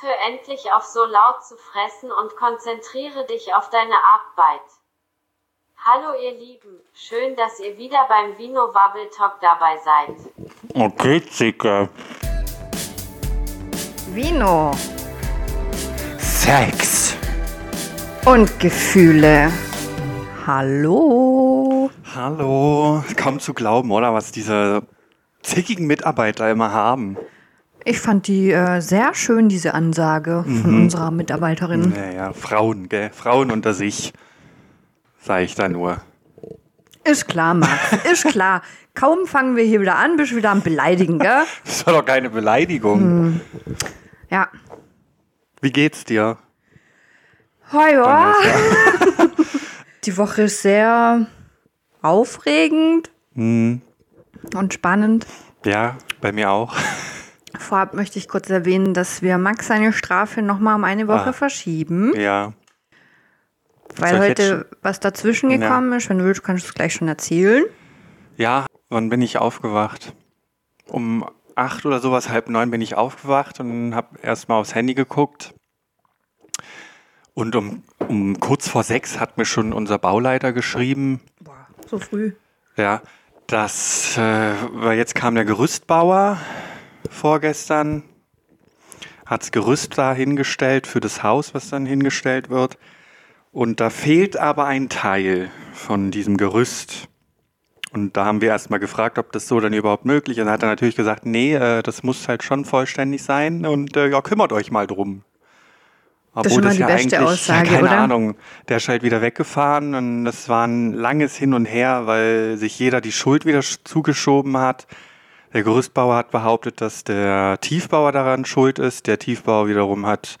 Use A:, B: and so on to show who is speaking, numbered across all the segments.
A: hör endlich auf so laut zu fressen und konzentriere dich auf deine Arbeit. Hallo ihr Lieben, schön, dass ihr wieder beim Vino Wabble Talk dabei seid.
B: Okay, Zicke.
C: Vino
B: Sex.
C: und Gefühle. Hallo.
D: Hallo, kaum zu glauben, oder? Was diese zickigen Mitarbeiter immer haben.
C: Ich fand die äh, sehr schön, diese Ansage von unserer Mitarbeiterin.
D: Naja, Frauen, gell? Frauen unter sich. Sag ich da nur.
C: Ist klar, Max, ist klar. Kaum fangen wir hier wieder an, bist du wieder am Beleidigen, gell?
D: Das war doch keine Beleidigung.
C: Ja.
D: Wie geht's dir?
C: Hoi, hoi.
D: Vanessa?
C: Die Woche ist sehr aufregend und spannend.
D: Ja, bei mir auch.
C: Vorab möchte ich kurz erwähnen, dass wir Max seine Strafe nochmal um eine Woche
D: Ah.
C: verschieben,
D: Ja.
C: weil
D: soll ich jetzt
C: heute was dazwischen gekommen ist. Wenn du willst, kannst du es gleich schon erzählen.
D: Ja, wann bin ich aufgewacht? Um acht oder sowas, halb neun bin ich aufgewacht und habe erstmal aufs Handy geguckt. Und um, um kurz vor sechs hat mir schon unser Bauleiter geschrieben,
C: Boah, so früh.
D: Ja, das, äh, weil jetzt kam der Gerüstbauer vorgestern, hat's Gerüst da hingestellt für das Haus, was dann hingestellt wird. Und da fehlt aber ein Teil von diesem Gerüst. Und da haben wir erstmal gefragt, ob das so dann überhaupt möglich ist. Und dann hat er natürlich gesagt, nee, äh, das muss halt schon vollständig sein und äh, ja, kümmert euch mal drum.
C: ist immer die beste Aussage,
D: ja, keine
C: oder?
D: Ahnung, der ist halt wieder weggefahren und das war ein langes Hin und Her, weil sich jeder die Schuld wieder sch- zugeschoben hat. Der Gerüstbauer hat behauptet, dass der Tiefbauer daran schuld ist. Der Tiefbauer wiederum hat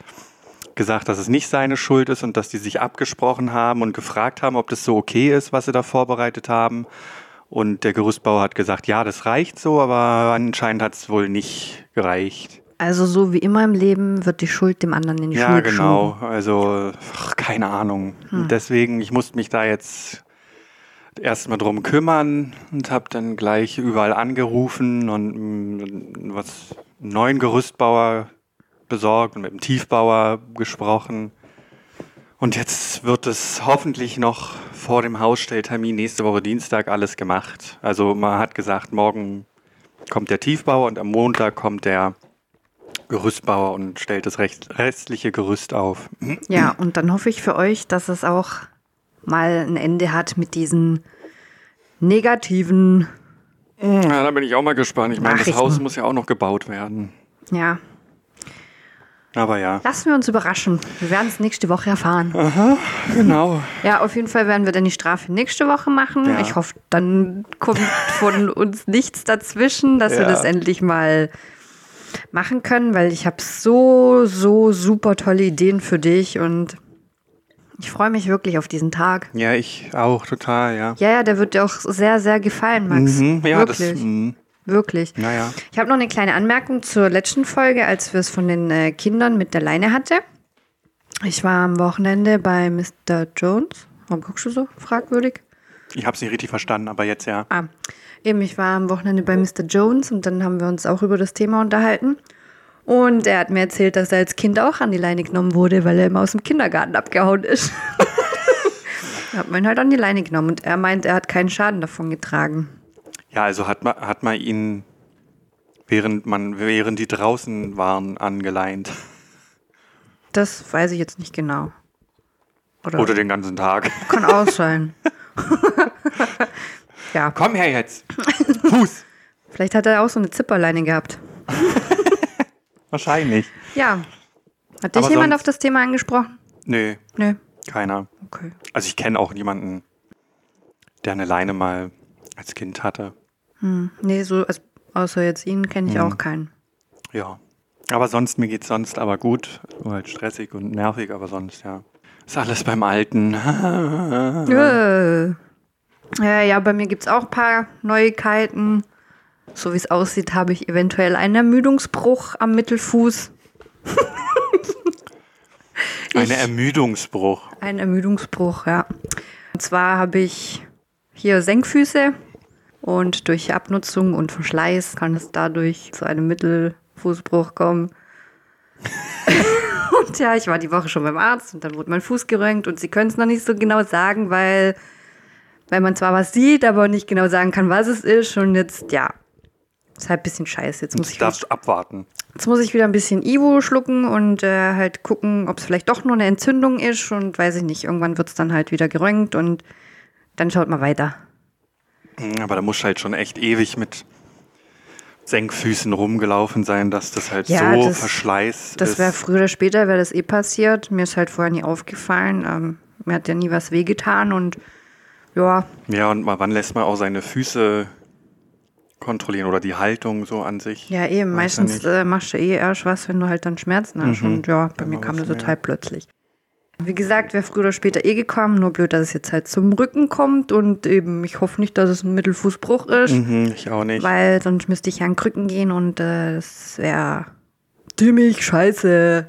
D: gesagt, dass es nicht seine Schuld ist und dass die sich abgesprochen haben und gefragt haben, ob das so okay ist, was sie da vorbereitet haben. Und der Gerüstbauer hat gesagt, ja, das reicht so, aber anscheinend hat es wohl nicht gereicht.
C: Also so wie immer im Leben wird die Schuld dem anderen in die
D: Ja,
C: Schuhe
D: genau. Also, ach, keine Ahnung.
C: Hm.
D: Deswegen, ich musste mich da jetzt erstmal drum kümmern und habe dann gleich überall angerufen und mm, was einen neuen Gerüstbauer besorgt und mit dem Tiefbauer gesprochen. Und jetzt wird es hoffentlich noch vor dem Hausstelltermin nächste Woche Dienstag alles gemacht. Also man hat gesagt, morgen kommt der Tiefbauer und am Montag kommt der Gerüstbauer und stellt das recht- restliche Gerüst auf.
C: geschoben. Ja, und dann hoffe ich für euch, dass es auch mal ein Ende hat mit diesen negativen,
D: Ja, Hm, da bin ich auch mal gespannt. Ich meine, das
C: Nachrichten.
D: Haus muss ja auch noch gebaut werden.
C: ja,
D: Aber ja.
C: lassen wir uns überraschen. Wir werden es nächste Woche erfahren.
D: Genau.
C: Ja, auf jeden Fall werden wir dann die Strafe nächste Woche machen.
D: Ja.
C: Ich hoffe, dann kommt von uns nichts dazwischen, dass wir
D: Ja.
C: das endlich mal machen können, weil ich habe so, so super tolle Ideen für dich und ich freue mich wirklich auf diesen Tag.
D: Ja, ich auch total, ja.
C: Ja, ja, der wird dir auch sehr, sehr gefallen, Max.
D: Mhm, ja, das.
C: wirklich,
D: mm,
C: wirklich.
D: Ja, ja.
C: Ich habe noch eine kleine Anmerkung zur letzten Folge, als wir es von den äh, Kindern mit der Leine hatte. Ich war am Wochenende bei Mr. Jones. Warum guckst du so fragwürdig?
D: Ich hab's nicht richtig verstanden, aber jetzt ja.
C: Ah, eben, ich war am Wochenende bei Mr. Jones und dann haben wir uns auch über das Thema unterhalten. Und er hat mir erzählt, dass er als Kind auch an die Leine genommen wurde, weil er immer aus dem Kindergarten abgehauen ist. hat man ihn halt an die Leine genommen und er meint, er hat keinen Schaden davon getragen.
D: Ja, also hat man, hat man ihn, während man, während die draußen waren, angeleint.
C: Das weiß ich jetzt nicht genau. Oder,
D: Oder den ganzen Tag.
C: kann auch sein. ja,
D: Komm her jetzt. Fuß.
C: vielleicht hat er auch so eine Zipperleine gehabt.
D: Wahrscheinlich.
C: Ja. Hat dich
D: Aber
C: jemand
D: sonst-
C: auf das Thema angesprochen?
D: Nee,
C: Nö.
D: keiner.
C: Okay.
D: Also ich kenne auch niemanden, der eine Leine mal als Kind hatte.
C: Nee, so, also, außer jetzt ihn kenne ich auch keinen.
D: Ja. Aber sonst, mir geht's sonst aber gut. Nur halt stressig und nervig, aber sonst, ja. Ist alles beim Alten. ne?
C: Äh. Äh, ja, bei mir gibt es auch ein paar Neuigkeiten. So wie es aussieht, habe ich eventuell einen Ermüdungsbruch am Mittelfuß.
D: Eine Ermüdungsbruch.
C: Ein Ermüdungsbruch, ja. Und zwar habe ich hier Senkfüße und durch Abnutzung und Verschleiß kann es dadurch zu einem Mittelfußbruch kommen. Und ja, ich war die Woche schon beim Arzt und dann wurde mein Fuß geröntgt und sie können es noch nicht so genau sagen, weil, weil man zwar was sieht, aber nicht genau sagen kann, was es ist. Und jetzt, ja, ist halt ein bisschen scheiße. Jetzt muss,
D: Ich
C: ich wieder,
D: darf abwarten.
C: jetzt muss ich wieder ein bisschen Ivo schlucken und äh, halt gucken, ob es vielleicht doch nur eine Entzündung ist und weiß ich nicht. Irgendwann wird es dann halt wieder geröntgt und dann schaut mal weiter.
D: Aber da musst du halt schon echt ewig mit Senkfüßen rumgelaufen sein, dass das halt
C: Ja,
D: so
C: das-
D: Verschleiß
C: Das
D: ist.
C: wäre früher oder später, wäre das eh passiert. Mir ist halt vorher nie aufgefallen. Ähm, mir hat ja nie was wehgetan und ja,
D: Ja, und mal, wann lässt man auch seine Füße kontrollieren oder die Haltung so an sich?
C: ja eben.
D: Weiß ja
C: Meistens
D: nicht.
C: äh, machst du eh erst was, wenn du halt dann Schmerzen hast. Und ja, bei mir
D: man
C: kam
D: was
C: das total plötzlich. Wie gesagt, wäre früher oder später eh gekommen. Nur blöd, dass es jetzt halt zum Rücken kommt und eben, ich hoffe nicht, dass es ein Mittelfußbruch ist,
D: Mhm, ich auch nicht.
C: weil sonst müsste ich ja an Krücken gehen und äh, das wäre dümmig scheiße.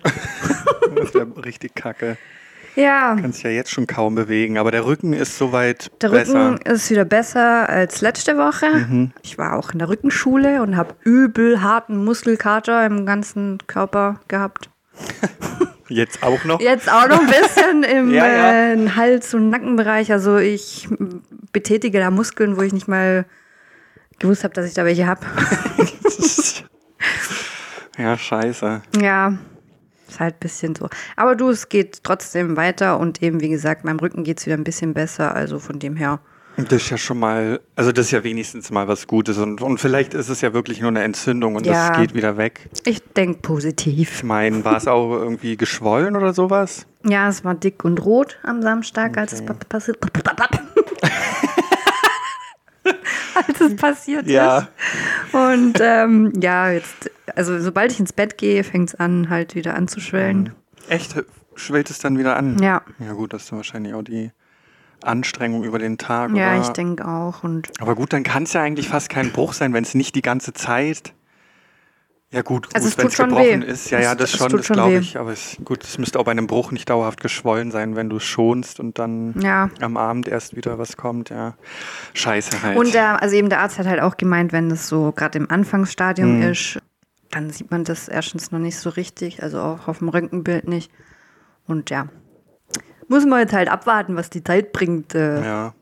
D: Das wäre richtig kacke.
C: Ja.
D: Kannst ja jetzt schon kaum bewegen, aber der Rücken ist soweit
C: Der
D: besser. Mhm.
C: Rücken ist wieder besser als letzte Woche. Ich war auch in der Rückenschule und habe übel harten Muskelkater im ganzen Körper gehabt.
D: Jetzt auch noch.
C: Jetzt auch noch ein bisschen im
D: Ja, ja.
C: Äh, Hals- und Nackenbereich. Also ich m, betätige da Muskeln, wo ich nicht mal gewusst habe, dass ich da welche habe.
D: Ja, scheiße.
C: ja, ist halt ein bisschen so. Aber du, es geht trotzdem weiter und eben, wie gesagt, meinem Rücken geht es wieder ein bisschen besser. Also von dem her.
D: Das ist ja schon mal, also das ist ja wenigstens mal was Gutes und, und vielleicht ist es ja wirklich nur eine Entzündung und
C: Ja.
D: das geht wieder weg.
C: Ich denke positiv.
D: Ich meine, war es auch irgendwie geschwollen oder sowas?
C: Ja, es war dick und rot am Samstag, als es pa- passiert. als es passiert
D: Ja.
C: ist. Und ähm, ja, jetzt, also sobald ich ins Bett gehe, fängt es an, halt wieder anzuschwellen.
D: Echt? Schwillt es dann wieder an?
C: Ja.
D: Ja gut, das ist dann wahrscheinlich auch die Anstrengung über den Tag.
C: Ja,
D: oder?
C: ich denke auch. Und
D: Aber gut, dann kann es ja eigentlich fast kein Bruch sein, wenn es nicht die ganze Zeit. Ja gut,
C: Also es
D: gut wenn
C: tut
D: es
C: schon
D: gebrochen
C: weh.
D: ist. Ja,
C: Es-
D: ja, das
C: es
D: schon,
C: tut
D: das
C: schon
D: glaube
C: weh.
D: ich. Aber es, gut, es müsste auch bei einem Bruch nicht dauerhaft geschwollen sein, wenn du es schonst und dann
C: Ja.
D: am Abend erst wieder was kommt. Ja, scheiße halt.
C: Und der, also eben der Arzt hat halt auch gemeint, wenn das so gerade im Anfangsstadium
D: Hm.
C: ist, dann sieht man das erstens noch nicht so richtig, also auch auf dem Röntgenbild nicht. Und ja, muss man jetzt halt abwarten, was die Zeit bringt. Äh,
D: ja,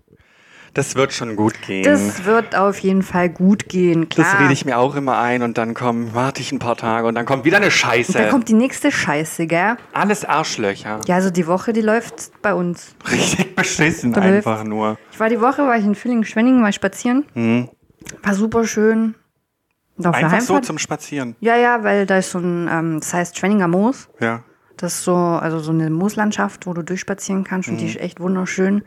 D: das wird schon gut gehen.
C: Das wird auf jeden Fall gut gehen, klar.
D: das rede ich mir auch immer ein und dann komm, warte ich ein paar Tage und dann kommt wieder eine
C: da
D: Scheiße.
C: kommt die nächste Scheiße, gell?
D: Alles Arschlöcher.
C: Ja, also die Woche, die läuft bei uns.
D: Richtig beschissen
C: Da
D: einfach nur.
C: Ich war die Woche, war ich in Villingen-Schwenningen, war ich spazieren. War super schön. Und auf der
D: Mhm. Einfach so
C: Heimfahrt-
D: zum Spazieren.
C: Ja, ja, weil da ist so ein, ähm, das heißt Schwenninger Moos.
D: Ja.
C: Das ist so, also so eine Mooslandschaft, wo du durchspazieren kannst
D: Mhm.
C: und die ist echt wunderschön.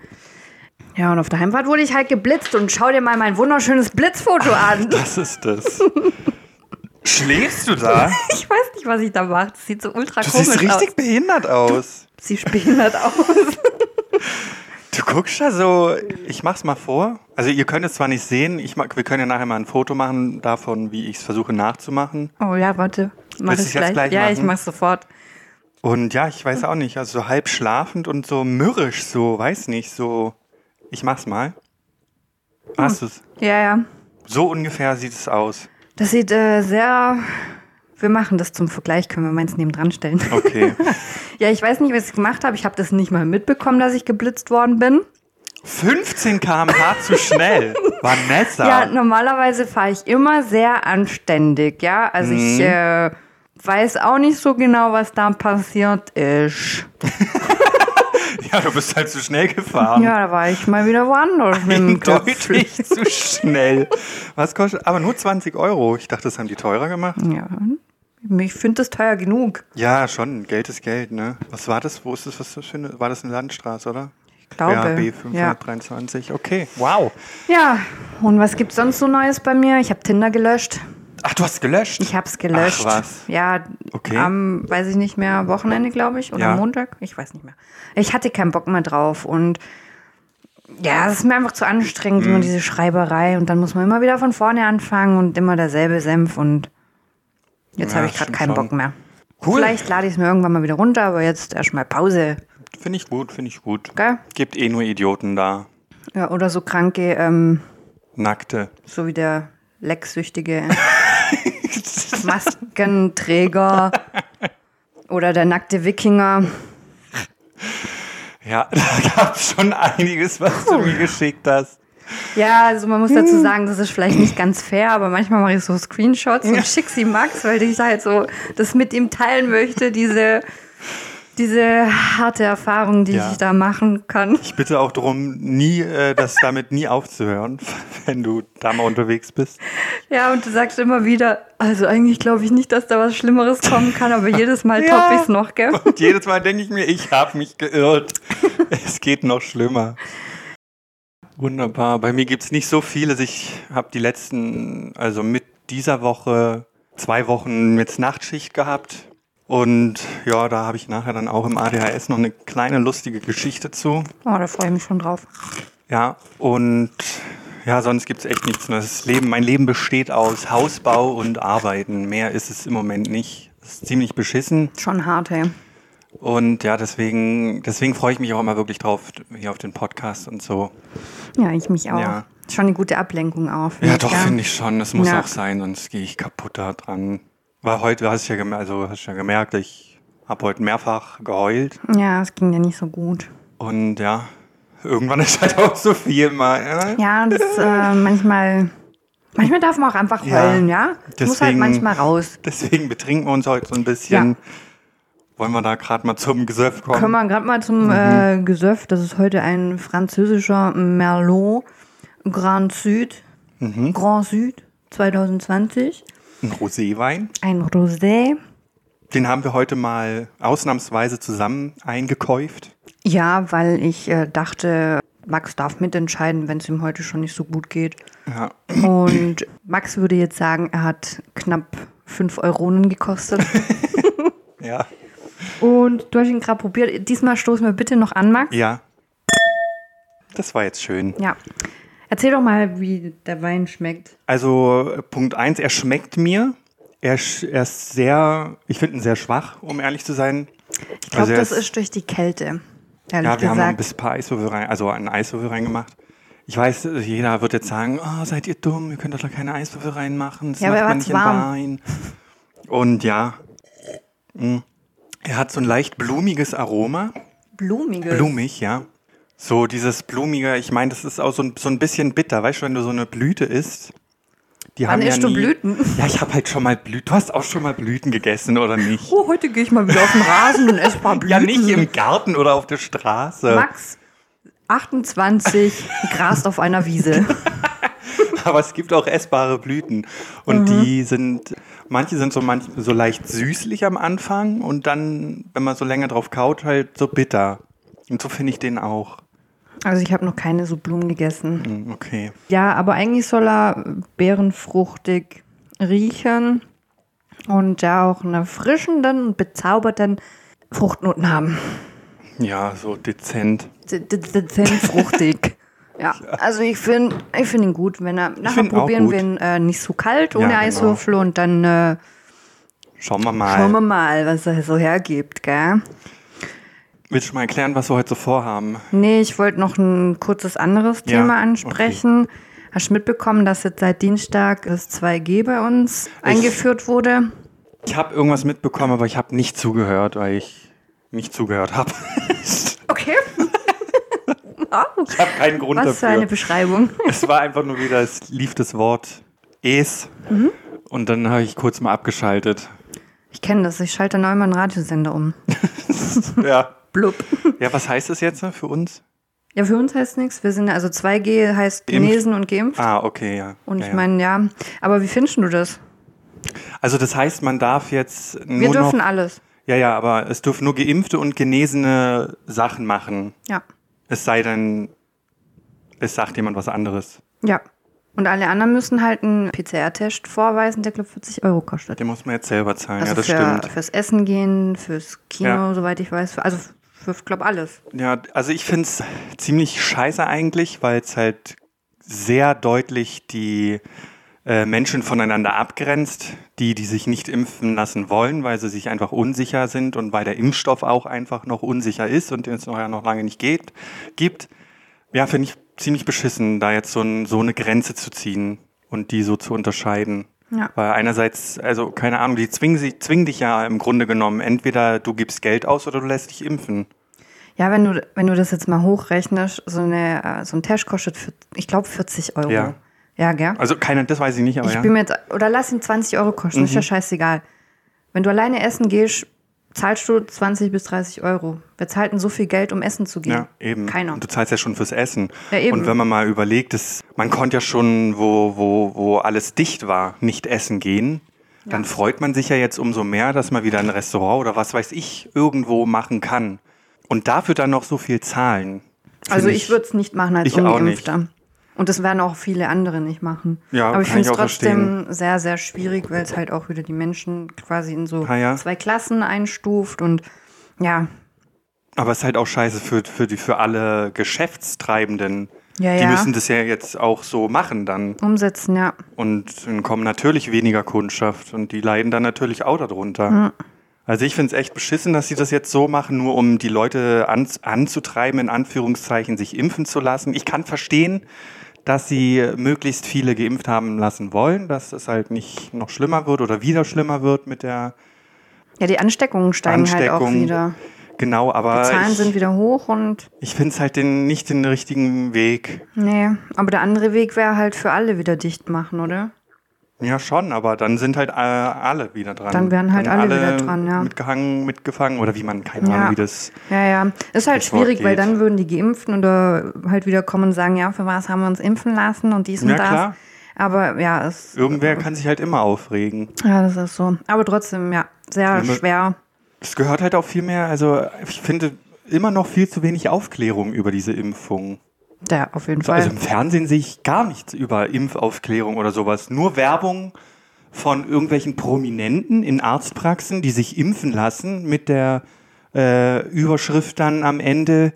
C: Ja, und auf der Heimfahrt wurde ich halt geblitzt und schau dir mal mein wunderschönes Blitzfoto an.
D: Das ist das. Schläfst du da?
C: Ich weiß nicht, was ich da mache. Das sieht so ultra
D: Du
C: komisch
D: siehst richtig
C: aus.
D: behindert aus.
C: Sie spielen halt aus.
D: Du guckst da so, ich mach's mal vor. Also ihr könnt es zwar nicht sehen, ich mag, wir können ja nachher mal ein Foto machen davon, wie ich es versuche nachzumachen.
C: Oh ja, warte. Mach
D: Willst
C: ich
D: du es jetzt
C: gleich.
D: gleich
C: ja,
D: machen?
C: ich mach's sofort.
D: Und ja, ich weiß auch nicht, also so halb schlafend und so mürrisch, so, weiß nicht, so, ich mach's mal. Hast du's?
C: Ja, ja.
D: So ungefähr sieht es aus.
C: Das sieht äh, sehr. Wir machen das zum Vergleich, können wir meins nebendran stellen.
D: Okay.
C: ja, ich weiß nicht, was ich gemacht habe. Ich habe das nicht mal mitbekommen, dass ich geblitzt worden bin.
D: 15 km/h zu schnell. Vanessa.
C: Ja, normalerweise fahre ich immer sehr anständig, ja. Also ich äh, weiß auch nicht so genau, was da passiert ist.
D: ja, du bist halt zu schnell gefahren.
C: Ja, da war ich mal wieder woanders mit dem Köpfchen.
D: Deutlich zu schnell. Was kostet? Aber nur 20 Euro. Ich dachte, das haben die teurer gemacht.
C: Ja, ich finde das teuer genug.
D: Ja, schon. Geld ist Geld, ne? Was war das? Wo ist das? Was ist das für eine, war das eine Landstraße, oder? Ich
C: glaube,
D: B
C: ja.
D: 523. Okay. Wow.
C: Ja, und was gibt's sonst so Neues bei mir? Ich habe Tinder gelöscht.
D: Ach, du hast gelöscht.
C: Ich hab's gelöscht.
D: Ach, was?
C: Ja,
D: Okay.
C: am, weiß ich nicht mehr, Wochenende, glaube ich, oder
D: Ja.
C: Montag, ich weiß nicht mehr. Ich hatte keinen Bock mehr drauf und ja, es ist mir einfach zu anstrengend,
D: Mhm.
C: immer diese Schreiberei und dann muss man immer wieder von vorne anfangen und immer derselbe Senf und jetzt
D: Ja,
C: habe ich gerade
D: stimmt
C: keinen
D: schon.
C: Bock mehr.
D: Cool.
C: Vielleicht lade ich es mir irgendwann mal wieder runter, aber jetzt erstmal Pause.
D: Finde ich gut, finde ich gut.
C: Gell?
D: Gibt eh nur Idioten da.
C: Ja, oder so kranke, ähm,
D: Nackte.
C: so wie der lecksüchtige Maskenträger. Oder der nackte Wikinger.
D: Ja, da gab es schon einiges, was du mir geschickt hast.
C: Ja, also man muss
D: Hm.
C: dazu sagen, das ist vielleicht nicht ganz fair, aber manchmal mache ich so Screenshots und schicke sie Max, weil ich halt so das mit ihm teilen möchte, diese, diese harte Erfahrung, die
D: Ja.
C: ich da machen kann.
D: Ich bitte auch darum, nie, äh, das damit nie aufzuhören, wenn du da mal unterwegs bist.
C: Ja, und du sagst immer wieder, also eigentlich glaube ich nicht, dass da was Schlimmeres kommen kann, aber jedes Mal
D: Ja.
C: top ich es noch, gell?
D: Und jedes Mal denke ich mir, ich habe mich geirrt. Es geht noch schlimmer. Wunderbar. Bei mir gibt es nicht so viele. Ich habe die letzten, also mit dieser Woche, zwei Wochen jetzt Nachtschicht gehabt. Und ja, da habe ich nachher dann auch im ADHS noch eine kleine lustige Geschichte zu.
C: Oh, da freue ich mich schon drauf.
D: Ja, und ja, sonst gibt es echt nichts. Nur Das Leben, mein Leben besteht aus Hausbau und Arbeiten. Mehr ist es im Moment nicht. Das ist ziemlich beschissen.
C: Schon hart, hey.
D: Und ja, deswegen, deswegen freue ich mich auch immer wirklich drauf, hier auf den Podcast und so.
C: Ja, ich mich auch.
D: Ja.
C: Schon eine gute Ablenkung auf.
D: Ja, doch, finde ich schon. Das muss
C: Ja.
D: auch sein, sonst gehe ich kaputt da dran. Weil heute hast du ja gemerkt, also hast du ja gemerkt, ich habe heute mehrfach geheult.
C: Ja, es ging ja nicht so gut.
D: Und ja, irgendwann ist halt auch so viel mal. Ja?
C: Ja, das äh, manchmal. Manchmal darf man auch einfach
D: Ja.
C: heulen, ja? Das muss halt
D: Deswegen-
C: manchmal raus.
D: Deswegen betrinken wir uns heute so ein bisschen.
C: Ja.
D: Wollen wir da gerade mal zum Gesöff kommen?
C: Können wir gerade mal
D: Mhm.
C: zum äh, Gesöff. Das ist heute ein französischer Merlot Grand Sud.
D: Mhm.
C: Grand Sud 2020.
D: Ein Roséwein.
C: Ein Rosé.
D: Den haben wir heute mal ausnahmsweise zusammen eingekäuft.
C: Ja, weil ich äh, dachte, Max darf mitentscheiden, wenn es ihm heute schon nicht so gut geht.
D: Ja.
C: Und Max würde jetzt sagen, er hat knapp 5 Euronen gekostet.
D: Ja.
C: Und du hast ihn gerade probiert. Diesmal stoßen wir bitte noch an, Max.
D: Ja. Das war jetzt schön.
C: Ja. Erzähl doch mal, wie der Wein schmeckt.
D: Also äh, Punkt eins, er schmeckt mir. Er, sch- er ist sehr, ich finde ihn sehr schwach, um ehrlich zu sein.
C: Ich glaube,
D: Also er
C: das ist durch die Kälte. Ehrlich
D: Ja, wir haben ein
C: gesagt.
D: bisschen paar Eiswürfel rein, also einen Eiswürfel reingemacht. Ich weiß, äh, jeder wird jetzt sagen, oh, seid ihr dumm, ihr könnt doch da keine Eiswürfel reinmachen. Das
C: Ja, aber er
D: macht man
C: war's
D: nicht in
C: warm.
D: Wein. Und ja, mh. er hat so ein leicht blumiges Aroma.
C: Blumiges.
D: Blumig, ja. So dieses blumige, ich meine, das ist auch so ein, so ein bisschen bitter, weißt du, wenn du so eine Blüte isst. Die
C: Wann
D: haben ja
C: isst du
D: nie-
C: Blüten?
D: Ja, ich habe halt schon mal Blüten. Du hast auch schon mal Blüten gegessen, oder nicht?
C: Oh, heute gehe ich mal wieder auf den Rasen und esse ein paar Blüten.
D: Ja, nicht im Garten oder auf der
C: Äh.
D: Straße.
C: Max, 28, grast auf einer Wiese.
D: Aber es gibt auch essbare Blüten. Und
C: Mhm.
D: die sind, manche sind so, manch, so leicht süßlich am Anfang und dann, wenn man so länger drauf kaut, halt so bitter. Und so finde ich den auch.
C: Also ich habe noch keine so Blumen gegessen.
D: Hm, Okay.
C: Ja, aber eigentlich soll er beerenfruchtig riechen und ja auch einen erfrischenden und bezaubernden Fruchtnoten haben.
D: Ja, so dezent.
C: de- de- dezent fruchtig. Ja, also ich finde ich find ihn gut, wenn er. Nachher
D: find ihn auch
C: probieren wir
D: gut.
C: ihn äh, nicht so kalt ohne
D: genau.
C: Eiswürfel und dann äh,
D: Schauen wir mal.
C: schauen wir mal, was er so hergibt, gell?
D: Willst du mal erklären, was wir heute so vorhaben?
C: Nee, ich wollte noch ein kurzes anderes
D: Ja,
C: Thema ansprechen. Hast du mitbekommen, dass jetzt seit Dienstag das 2G bei uns eingeführt wurde?
D: Ich habe irgendwas mitbekommen, aber ich habe nicht zugehört, weil ich nicht zugehört habe.
C: Okay.
D: Ich habe keinen Grund
C: Was für
D: dafür.
C: eine Beschreibung.
D: es war einfach nur wieder, es lief das Wort Es.
C: Mhm.
D: Und dann habe ich kurz mal abgeschaltet.
C: Ich kenne das, ich schalte neu meinen Radiosender um.
D: Ja.
C: Blub.
D: Ja, was heißt das jetzt für uns?
C: Ja, für uns heißt nichts. Wir sind also 2G heißt
D: Geimpft.
C: genesen und geimpft.
D: Ah, okay, ja.
C: Und
D: ja,
C: ich meine, ja, aber wie findest du das?
D: Ja. Also das heißt, man darf jetzt nur
C: Wir dürfen
D: noch,
C: alles.
D: Ja, ja, aber es dürfen nur Geimpfte und Genesene Sachen machen.
C: Ja.
D: Es sei denn, es sagt jemand was anderes.
C: Ja. Und alle anderen müssen halt einen PCR-Test vorweisen, der, glaube 40 Euro kostet.
D: Den muss man jetzt selber zahlen,
C: also
D: ja, das
C: für,
D: stimmt.
C: fürs Essen gehen, fürs Kino,
D: Ja.
C: soweit ich weiß. Für, also für, glaube alles.
D: Ja, also ich find's ziemlich scheiße eigentlich, weil es halt sehr deutlich die äh, Menschen voneinander abgrenzt, die, die sich nicht impfen lassen wollen, weil sie sich einfach unsicher sind und weil der Impfstoff auch einfach noch unsicher ist und den es noch, ja noch lange nicht geht, gibt. Ja, finde ich ziemlich beschissen, da jetzt so, ein, so eine Grenze zu ziehen und die so zu unterscheiden.
C: Ja.
D: Weil einerseits, also keine Ahnung, die zwingen, sie, zwingen dich ja im Grunde genommen. Entweder du gibst Geld aus oder du lässt dich impfen.
C: Ja, wenn du, wenn du das jetzt mal hochrechnest, so, eine, äh, so ein Test kostet, vier- ich glaube, 40 Euro.
D: Ja.
C: ja gell?
D: Also keine, das weiß ich nicht, aber
C: ich
D: ja. Mhm.
C: bin mir jetzt, oder lass ihn 20 Euro kosten, ist ja scheißegal. Wenn du alleine essen gehst, zahlst du 20 bis 30 Euro. Wer zahlt denn so viel Geld, um essen zu gehen?
D: Ja, eben.
C: Keiner.
D: Und du zahlst ja schon fürs Essen.
C: Ja, eben.
D: Und wenn man mal überlegt, dass man konnte ja schon, wo, wo, wo alles dicht war, nicht essen gehen, dann freut man sich ja jetzt umso mehr, dass man wieder ein Restaurant oder was weiß ich irgendwo machen kann. Und dafür dann noch so viel zahlen. Find
C: Also ich würde es nicht machen als
D: Ich auch
C: Ungeimpfter. Und das werden auch viele andere nicht machen.
D: Ja,
C: Aber ich
D: kann ich
C: finde es
D: auch
C: trotzdem sehr, sehr schwierig, weil es halt auch wieder die Menschen quasi in so
D: Ah, ja.
C: zwei Klassen einstuft und ja,
D: Aber es ist halt auch scheiße für, für, die, für alle Geschäftstreibenden.
C: Ja,
D: die
C: ja.
D: müssen das ja jetzt auch so machen dann.
C: umsetzen, ja.
D: Und dann kommen natürlich weniger Kundschaft und die leiden dann natürlich auch darunter. Also ich finde es echt beschissen, dass sie das jetzt so machen, nur um die Leute an, anzutreiben, in Anführungszeichen, sich impfen zu lassen. Ich kann verstehen, dass sie möglichst viele geimpft haben lassen wollen, dass es halt nicht noch schlimmer wird oder wieder schlimmer wird mit der
C: Ja, die Ansteckungen steigen halt auch
D: Ansteckung.
C: wieder.
D: Genau, aber
C: Die Zahlen
D: ich,
C: sind wieder hoch und
D: ich finde es halt den, nicht den richtigen Weg.
C: nee, aber der andere Weg wäre halt für alle wieder dicht machen, oder?
D: Ja, schon, aber dann sind halt äh, alle wieder dran.
C: Dann wären halt alle wieder dran, ja.
D: Mitgehangen, mitgefangen oder wie man, keine
C: Ja.
D: Ahnung, wie das
C: Ja, ja. Ist halt
D: Das Wort
C: schwierig, weil
D: geht.
C: dann würden die Geimpften oder halt wieder kommen und sagen, ja, für was haben wir uns impfen lassen und dies und
D: Ja,
C: das.
D: klar.
C: Aber ja, es
D: Irgendwer kann sich halt immer aufregen.
C: Ja, das ist so. Aber trotzdem, ja, sehr
D: Wenn wir-
C: schwer.
D: Es gehört halt auch viel mehr, also ich finde immer noch viel zu wenig Aufklärung über diese Impfung.
C: Ja, auf jeden Fall.
D: Also im Fernsehen sehe ich gar nichts über Impfaufklärung oder sowas. Nur Werbung von irgendwelchen Prominenten in Arztpraxen, die sich impfen lassen mit der äh, Überschrift dann am Ende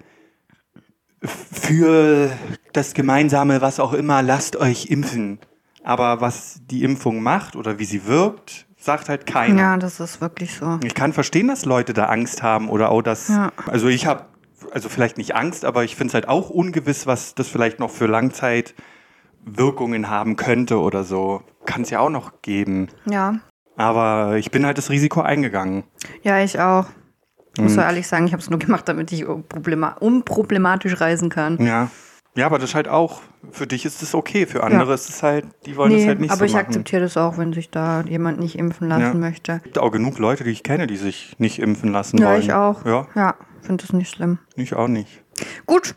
D: f- für das gemeinsame, was auch immer, lasst euch impfen. Aber was die Impfung macht oder wie sie wirkt, sagt halt keiner.
C: ja, das ist wirklich so.
D: Ich kann verstehen, dass Leute da Angst haben oder auch das.
C: Ja.
D: Also ich habe, also vielleicht nicht Angst, aber ich finde es halt auch ungewiss, was das vielleicht noch für Langzeitwirkungen haben könnte oder so. Kann es ja auch noch geben.
C: Ja.
D: Aber ich bin halt das Risiko eingegangen.
C: Ja, ich auch. Ich muss ja ehrlich sagen, ich habe es nur gemacht, damit ich problema- unproblematisch reisen kann.
D: Ja. Ja, aber das ist halt auch, für dich ist es okay, für andere
C: Ja.
D: ist es halt, die wollen es halt nicht
C: aber
D: so
C: ich
D: machen.
C: akzeptiere das auch, wenn sich da jemand nicht impfen lassen
D: Ja.
C: möchte.
D: Es gibt auch genug Leute, die ich kenne, die sich nicht impfen lassen
C: Ja,
D: wollen.
C: ich auch.
D: Ja,
C: finde das nicht schlimm.
D: ich auch nicht.
C: Gut,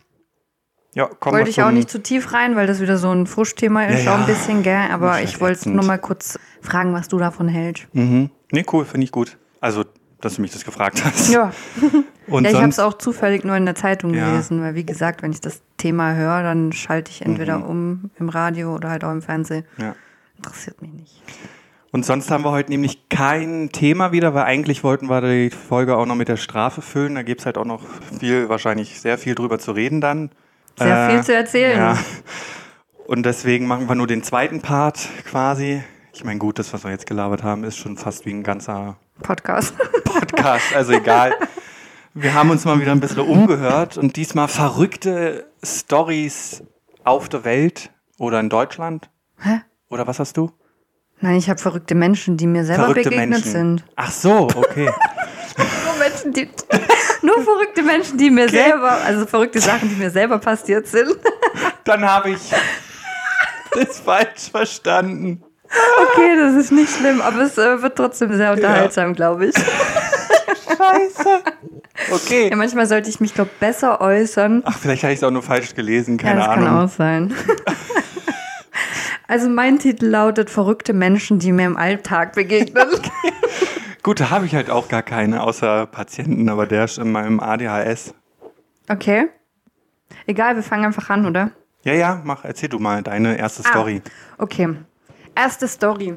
D: Ja, komm
C: wollte ich auch nicht zu tief rein, weil das wieder so ein Fuschthema ist,
D: Ja,
C: auch ein
D: ja.
C: bisschen, gell? Aber
D: Ist
C: ich
D: halt
C: wollte
D: ätzend.
C: nur mal kurz fragen, was du davon hältst.
D: Mhm. Nee, cool, finde ich gut. Also, dass du mich das gefragt hast.
C: Ja,
D: Und
C: ja, ich habe
D: sonst,
C: es auch zufällig nur in der Zeitung
D: Ja.
C: gelesen, weil wie gesagt, wenn ich das Thema höre, dann schalte ich entweder
D: Mhm.
C: um im Radio oder halt auch im Fernsehen.
D: ja.
C: Interessiert mich nicht.
D: Und sonst haben wir heute nämlich kein Thema wieder, weil eigentlich wollten wir die Folge auch noch mit der Strafe füllen. Da gibt es halt auch noch viel, wahrscheinlich sehr viel drüber zu reden dann. Äh,
C: Sehr viel zu erzählen.
D: Ja. Und deswegen machen wir nur den zweiten Part quasi. Ich meine, gut, das, was wir jetzt gelabert haben, ist schon fast wie ein ganzer
C: Podcast.
D: Podcast, also egal. Wir haben uns mal wieder ein bisschen umgehört und diesmal verrückte Stories auf der Welt oder in Deutschland.
C: Hä?
D: Oder was hast du?
C: Nein, ich habe verrückte Menschen, die mir selber
D: verrückte
C: begegnet
D: Menschen.
C: sind.
D: Ach so, okay.
C: Nur, Menschen, die, nur verrückte Menschen, die mir selber, also verrückte Sachen, die mir selber passiert sind.
D: Dann habe ich das falsch verstanden.
C: Okay, das ist nicht schlimm, aber es äh, wird trotzdem sehr unterhaltsam, glaube ich.
D: Scheiße. Okay.
C: Ja, manchmal sollte ich mich, glaube ich, besser äußern.
D: Ach, vielleicht habe ich es auch nur falsch gelesen,
C: Ja,
D: keine
C: das
D: Ahnung.
C: kann auch sein. also mein Titel lautet Verrückte Menschen, die mir im Alltag begegnen.
D: Gut, da habe ich halt auch gar keine, außer Patienten, aber der ist in meinem ADHS.
C: Okay. Egal, wir fangen einfach an, oder?
D: Ja, ja, mach, erzähl du mal deine erste Story.
C: Ah, okay. Erste Story.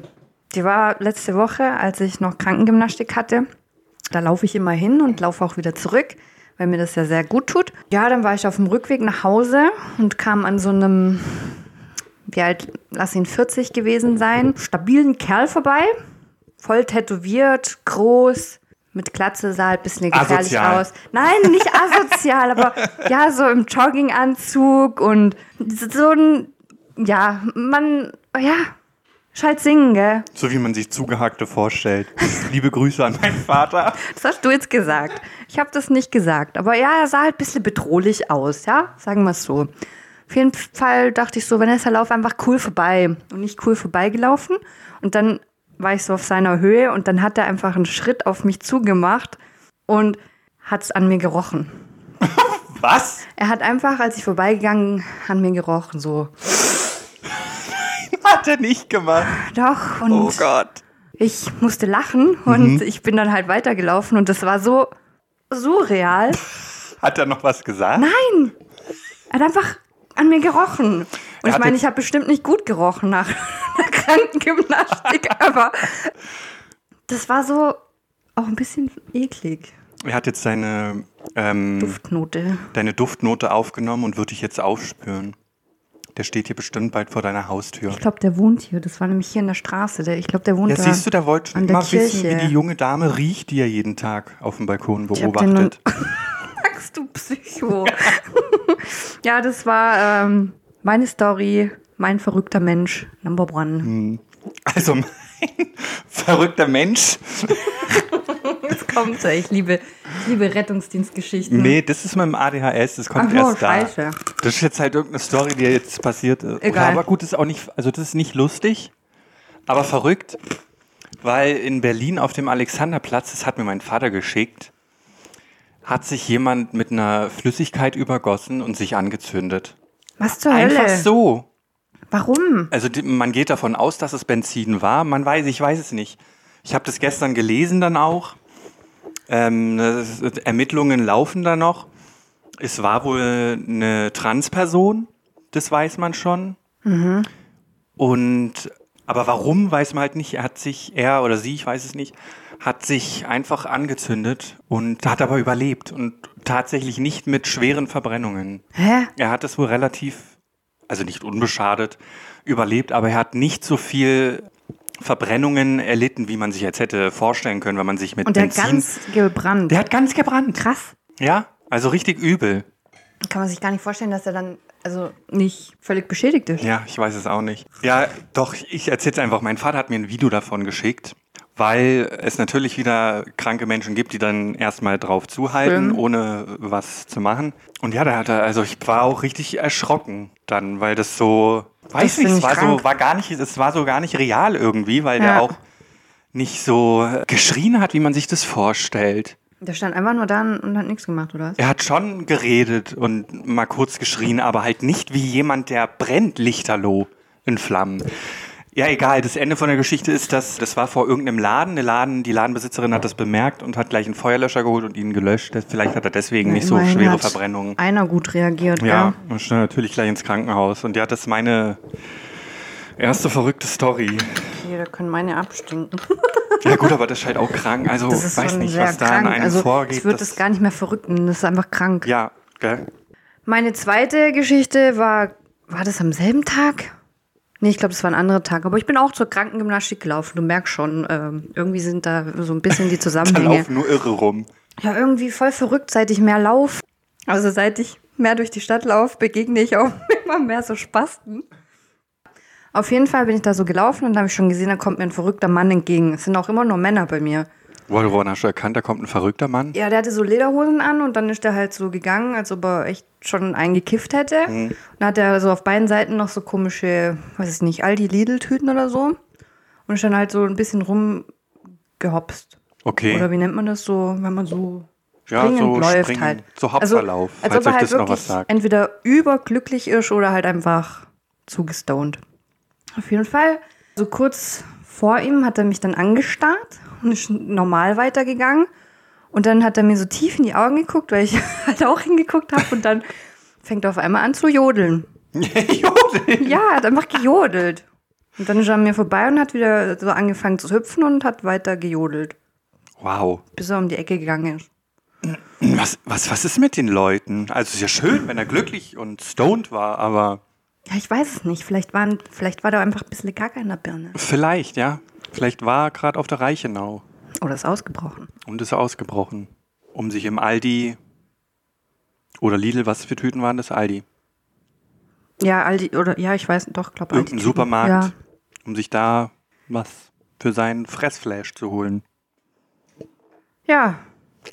C: Die war letzte Woche, als ich noch Krankengymnastik hatte. Da laufe ich immer hin und laufe auch wieder zurück, weil mir das ja sehr gut tut. Ja, dann war ich auf dem Rückweg nach Hause und kam an so einem, wie alt, lass ihn 40 gewesen sein, stabilen Kerl vorbei. Voll tätowiert, groß, mit Glatze sah halt ein bisschen gefährlich
D: Asozial.
C: aus. Nein, nicht asozial, aber ja, so im Jogginganzug und so ein, ja, man, ja, Schalt singen, gell?
D: So wie man sich Zugehackte vorstellt. Liebe Grüße an meinen Vater.
C: Das hast du jetzt gesagt. Ich habe das nicht gesagt. Aber ja, er sah halt ein bisschen bedrohlich aus, ja? Sagen wir es so. Auf jeden Fall dachte ich so, Vanessa lauf einfach cool vorbei und nicht cool vorbeigelaufen. Und dann war ich so auf seiner Höhe und dann hat er einfach einen Schritt auf mich zugemacht und hat es an mir gerochen.
D: Was?
C: Er hat einfach, als ich vorbeigegangen, an mir gerochen, so.
D: Hat er nicht gemacht.
C: Doch, und
D: Oh Gott. Mhm.
C: ich musste lachen und ich bin dann halt weitergelaufen und das war so surreal.
D: Hat er noch was gesagt?
C: Nein! Er hat einfach an mir gerochen. Und
D: Er
C: ich
D: hatte-
C: meine, ich habe bestimmt nicht gut gerochen nach einer Krankengymnastik, aber das war so auch ein bisschen eklig.
D: Er hat jetzt seine, ähm,
C: Duftnote.
D: deine Duftnote aufgenommen und wird dich jetzt aufspüren. Der steht hier bestimmt bald vor deiner Haustür.
C: Ich glaube, der wohnt hier. Das war nämlich hier in der Straße. Der, ich glaube, der wohnt
D: Ja,
C: da.
D: siehst du, da wollte
C: an
D: ich
C: der
D: mal wissen, wie
C: Kirche.
D: die junge Dame riecht, die er jeden Tag auf dem Balkon
C: Ich hab den
D: beobachtet.
C: Sagst du Psycho? ja, das war ähm, meine Story. Mein verrückter Mensch, Number One.
D: Also mein verrückter Mensch.
C: Jetzt kommt's. ey. Ich liebe, ich liebe Rettungsdienstgeschichten.
D: Nee, das ist mit dem ADHS, das kommt
C: Hm? Ach so,
D: erst da.
C: scheiße.
D: Das ist jetzt halt irgendeine Story, die jetzt passiert ist.
C: Egal.
D: Aber gut, das ist auch nicht, also das ist nicht lustig, aber verrückt. Weil in Berlin auf dem Alexanderplatz, das hat mir mein Vater geschickt, hat sich jemand mit einer Flüssigkeit übergossen und sich angezündet.
C: Was zur
D: Einfach
C: Hölle?
D: so.
C: Warum?
D: Also die, man geht davon aus, dass es Benzin war. Man weiß, ich weiß es nicht. Ich habe das gestern gelesen dann auch. Ähm, das, ist- Ermittlungen laufen da noch. Es war wohl eine Transperson, das weiß man schon. Und aber warum weiß man halt nicht. Er hat sich er oder sie, ich weiß es nicht, hat sich einfach angezündet und hat aber überlebt und tatsächlich nicht mit schweren Verbrennungen.
C: Hä?
D: Er hat es wohl relativ, also nicht unbeschadet, überlebt, aber er hat nicht so viel Verbrennungen erlitten, wie man sich jetzt hätte vorstellen können, wenn man sich mit
C: Und der hat
D: Benzin...
C: ganz gebrannt.
D: der hat ganz gebrannt.
C: Krass.
D: Ja, also richtig übel.
C: Kann man sich gar nicht vorstellen, dass er dann also nicht völlig beschädigt ist.
D: Ja, ich weiß es auch nicht. Ja, doch, ich erzähl's einfach. Mein Vater hat mir ein Video davon geschickt, weil es natürlich wieder kranke Menschen gibt, die dann erstmal drauf zuhalten, ohne was zu machen. Und ja, da hat er, also ich war auch richtig erschrocken dann, weil das so, weiß
C: Das
D: nicht,
C: find
D: es
C: ich
D: war
C: krank.
D: so, war gar nicht, es war so gar nicht real irgendwie, weil
C: Ja.
D: der auch nicht so geschrien hat, wie man sich das vorstellt.
C: Der stand einfach nur da und hat nichts gemacht, oder was?
D: Er hat schon geredet und mal kurz geschrien, aber halt nicht wie jemand, der brennt lichterloh in Flammen. Ja, egal. Das Ende von der Geschichte ist, dass das war vor irgendeinem Laden. Eine Laden die Ladenbesitzerin hat das bemerkt und hat gleich einen Feuerlöscher geholt und ihn gelöscht. Das- Vielleicht hat er deswegen nicht so
C: Immerhin
D: schwere
C: hat
D: Verbrennungen.
C: Einer gut reagiert,
D: Ja,
C: ja.
D: und schnell natürlich gleich ins Krankenhaus. Und ja, das ist meine erste verrückte Story.
C: Okay, da können meine abstinken.
D: Ja gut, aber das ist halt auch krank. Also
C: Das ist
D: weiß
C: schon
D: nicht,
C: sehr
D: was da
C: krank.
D: in einem
C: also,
D: vorgeht.
C: Ich würde das gar nicht mehr verrückt nennen, das ist einfach krank.
D: ja, gell?
C: Meine zweite Geschichte war, war das am selben Tag? Nee, ich glaube, das war ein anderer Tag. Aber ich bin auch zur Krankengymnastik gelaufen. Du merkst schon, ähm, irgendwie sind da so ein bisschen die
D: Da
C: Zusammenhänge.
D: laufen nur Irre rum.
C: Ja, irgendwie voll verrückt, seit ich mehr lauf. Also seit ich mehr durch die Stadt laufe, begegne ich auch immer mehr so Spasten. Auf jeden Fall bin ich da so gelaufen und da habe ich schon gesehen, da kommt mir ein verrückter Mann entgegen. Es sind auch immer nur Männer bei mir.
D: Wollrohn, hast du erkannt, da kommt ein verrückter Mann?
C: Ja, der hatte so Lederhosen an und dann ist er halt so gegangen, als ob er echt schon einen gekifft hätte. Und dann hat er so auf beiden Seiten noch so komische, weiß ich nicht, Aldi-Lidl-Tüten oder so. Und ist dann halt so ein bisschen rumgehopst.
D: Okay.
C: Oder wie nennt man das so, wenn man so
D: Ja,
C: springend
D: so
C: läuft
D: springen,
C: halt.
D: so Hopferlauf,
C: also, als ob
D: falls
C: er
D: euch
C: halt
D: das noch was
C: wirklich
D: sagt.
C: entweder überglücklich ist oder halt einfach zugestoned. Auf jeden Fall, so kurz vor ihm hat er mich dann angestarrt und ist normal weitergegangen. Und dann hat er mir so tief in die Augen geguckt, weil ich halt auch hingeguckt habe. Und dann fängt er auf einmal an zu jodeln.
D: Jodel.
C: Ja, er hat einfach gejodelt. Und dann ist er an mir vorbei und hat wieder so angefangen zu hüpfen und hat weiter gejodelt,
D: Wow.
C: bis er um die Ecke gegangen ist.
D: Was, was, was ist mit den Leuten? Also es ist ja schön, wenn er glücklich und stoned war, aber
C: Ja, ich weiß es nicht. Vielleicht, waren, vielleicht war da einfach ein bisschen Gaga in der Birne.
D: vielleicht, ja. Vielleicht war er gerade auf der Reichenau
C: Oder ist ausgebrochen.
D: und ist ausgebrochen, um sich im Aldi oder Lidl, was für Tüten waren das? Aldi.
C: Ja, Aldi, oder ja, ich weiß, doch, glaube
D: Irgendein Supermarkt.
C: Ja.
D: um sich da was für seinen Fressflash zu holen.
C: Ja,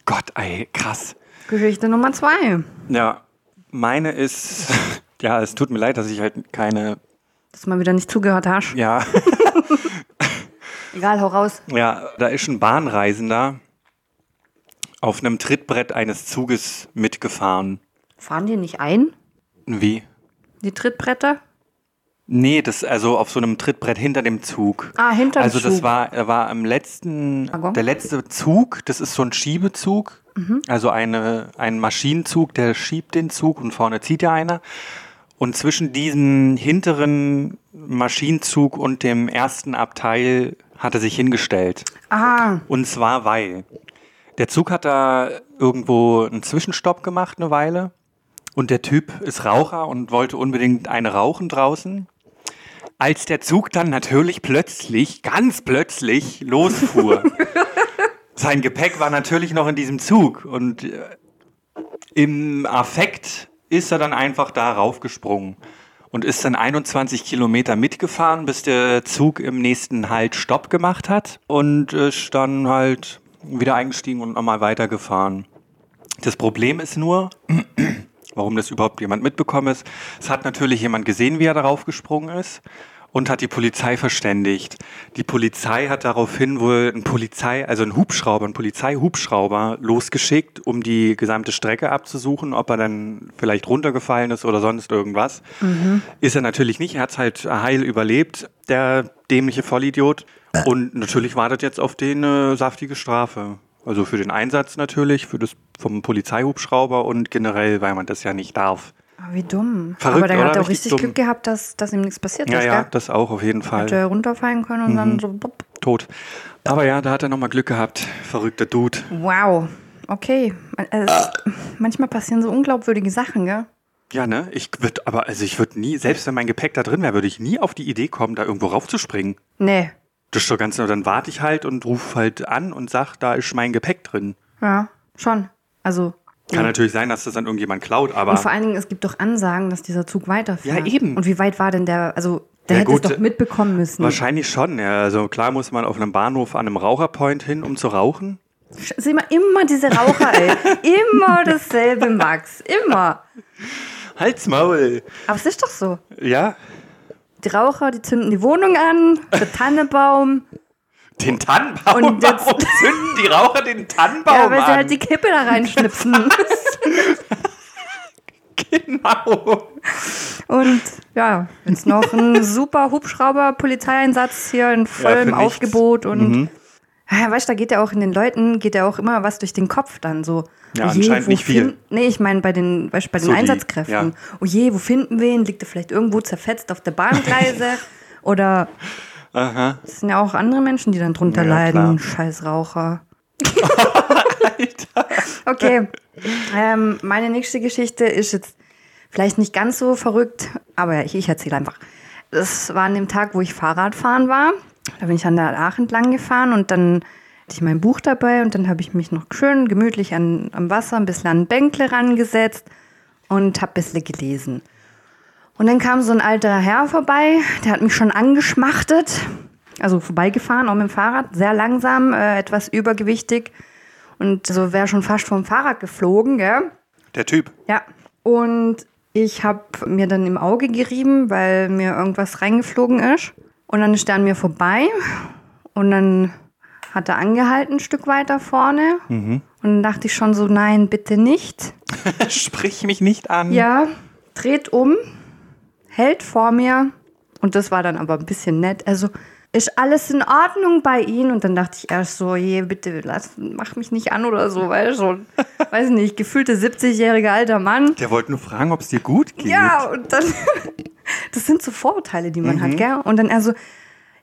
D: Gott, ey, krass.
C: Geschichte Nummer zwei.
D: Ja, meine ist, ja, es tut mir leid, dass ich halt keine,
C: Dass du mal wieder nicht zugehört hast.
D: ja,
C: Egal, hau raus.
D: ja, da ist ein Bahnreisender auf einem Trittbrett eines Zuges mitgefahren.
C: Fahren die nicht ein?
D: Wie?
C: Die Trittbretter?
D: Nee, das also auf so einem Trittbrett hinter dem Zug.
C: Ah, hinter dem
D: also Also das
C: Zug.
D: war, er war im letzten,
C: Waggon? Mhm.
D: der letzte Zug, das ist so ein Schiebezug, also eine, ein Maschinenzug, der schiebt den Zug und vorne zieht ja einer. Und zwischen diesem hinteren Maschinenzug und dem ersten Abteil hat er sich hingestellt.
C: Ah,
D: Und zwar weil der Zug hat da irgendwo einen Zwischenstopp gemacht eine Weile und der Typ ist Raucher und wollte unbedingt eine rauchen draußen. Als der Zug dann natürlich plötzlich, ganz plötzlich losfuhr. Sein Gepäck war natürlich noch in diesem Zug und äh, im Affekt ist er dann einfach da raufgesprungen und ist dann 21 Kilometer mitgefahren, bis der Zug im nächsten Halt Stopp gemacht hat und ist dann halt wieder eingestiegen und nochmal weitergefahren. Das Problem ist nur, warum das überhaupt jemand mitbekommen ist, es hat natürlich jemand gesehen, wie er darauf gesprungen ist und hat die Polizei verständigt. Die Polizei hat daraufhin wohl einen Polizei, also einen Hubschrauber, einen Polizeihubschrauber losgeschickt, um die gesamte Strecke abzusuchen, ob er dann vielleicht runtergefallen ist oder sonst irgendwas. Ist er natürlich nicht. Er hat es halt heil überlebt, der dämliche Vollidiot. Und natürlich wartet jetzt auf den äh, saftige Strafe. Also für den Einsatz natürlich, für das vom Polizeihubschrauber und generell, weil man das ja nicht darf.
C: ah, wie dumm.
D: Verrückt,
C: Aber der
D: oder?
C: hat auch
D: Richtig
C: richtig
D: dumm.
C: Glück gehabt, dass, dass ihm nichts passiert
D: Ja,
C: ist,
D: ja, Mhm.
C: gell?
D: das auch auf jeden Fall.
C: Hätte er runterfallen können und dann so. Bupp.
D: tot. Aber ja, da hat er nochmal Glück gehabt. Verrückter Dude.
C: Wow. Okay. Man- Also, manchmal passieren so unglaubwürdige Sachen, gell?
D: Ja, ne? Ich würde, aber also ich würde nie, selbst wenn mein Gepäck da drin wäre, würde ich nie auf die Idee kommen, da irgendwo raufzuspringen.
C: Nee.
D: Das ist doch ganz, dann warte ich halt und rufe halt an und sag, da ist mein Gepäck drin.
C: Ja, schon. Also.
D: Kann natürlich sein, dass das dann irgendjemand klaut, aber
C: Und vor allen Dingen, es gibt doch Ansagen, dass dieser Zug weiterfährt.
D: Ja, eben.
C: Und wie weit war denn der? Also, der
D: Ja,
C: hätte
D: gut,
C: es doch mitbekommen müssen.
D: wahrscheinlich schon. Ja, also klar muss man auf einem Bahnhof an einem Raucherpoint hin, um zu rauchen.
C: Sch- Sieh mal, immer diese Raucher, ey. immer dasselbe, Max. Immer.
D: Halt's Maul!
C: Aber es ist doch so.
D: Ja,
C: Die Raucher, die zünden die Wohnung an, der Tannebaum.
D: den Tannenbaum.
C: Und jetzt-
D: Warum zünden die Raucher den Tannenbaum
C: ja, weil sie
D: an?
C: halt die Kippe da reinschnipsen.
D: genau.
C: Und ja, jetzt noch ein super Hubschrauber-Polizeieinsatz hier in vollem
D: für nichts. Mhm.
C: Aufgebot und. Ja, weißt du, da geht ja auch in den Leuten, geht ja auch immer was durch den Kopf dann so.
D: Ja,
C: Oje,
D: anscheinend
C: wo
D: nicht viel.
C: finden- Nee, ich meine bei den, weißt, du, bei den
D: So die,
C: Einsatzkräften. Oh je, wo finden wir ihn? Liegt er vielleicht irgendwo zerfetzt auf der Bahngleise? Oder es sind ja auch andere Menschen, die dann drunter
D: Ja,
C: leiden.
D: klar.
C: Scheiß Raucher. Okay. Ähm, meine nächste Geschichte ist jetzt vielleicht nicht ganz so verrückt, aber ich, ich erzähle einfach. Das war an dem Tag, wo ich Fahrradfahren war. Da bin ich an der Aach entlang gefahren und dann hatte ich mein Buch dabei und dann habe ich mich noch schön gemütlich an, am Wasser ein bisschen an ein Bänkle rangesetzt und habe ein bisschen gelesen. Und dann kam so ein alter Herr vorbei, der hat mich schon angeschmachtet, also vorbeigefahren, auch mit dem Fahrrad, sehr langsam, äh, etwas übergewichtig und so wäre schon fast vom Fahrrad geflogen, gell?
D: Der Typ.
C: Ja. Und ich habe mir dann im Auge gerieben, weil mir irgendwas reingeflogen ist. Und dann ist der an mir vorbei. Und dann hat er angehalten, ein Stück weiter vorne. Und dann dachte ich schon so, nein, bitte nicht.
D: Sprich mich nicht an.
C: Ja, dreht um, hält vor mir. Und das war dann aber ein bisschen nett. Also, ist alles in Ordnung bei Ihnen? Und dann dachte ich erst so, je, bitte, lass, mach mich nicht an oder so, weil schon, weiß nicht, gefühlte 70-jähriger alter Mann.
D: Der wollte nur fragen, ob es dir gut geht.
C: Ja, und dann, das sind so Vorurteile, die man hat, gell? Und dann also,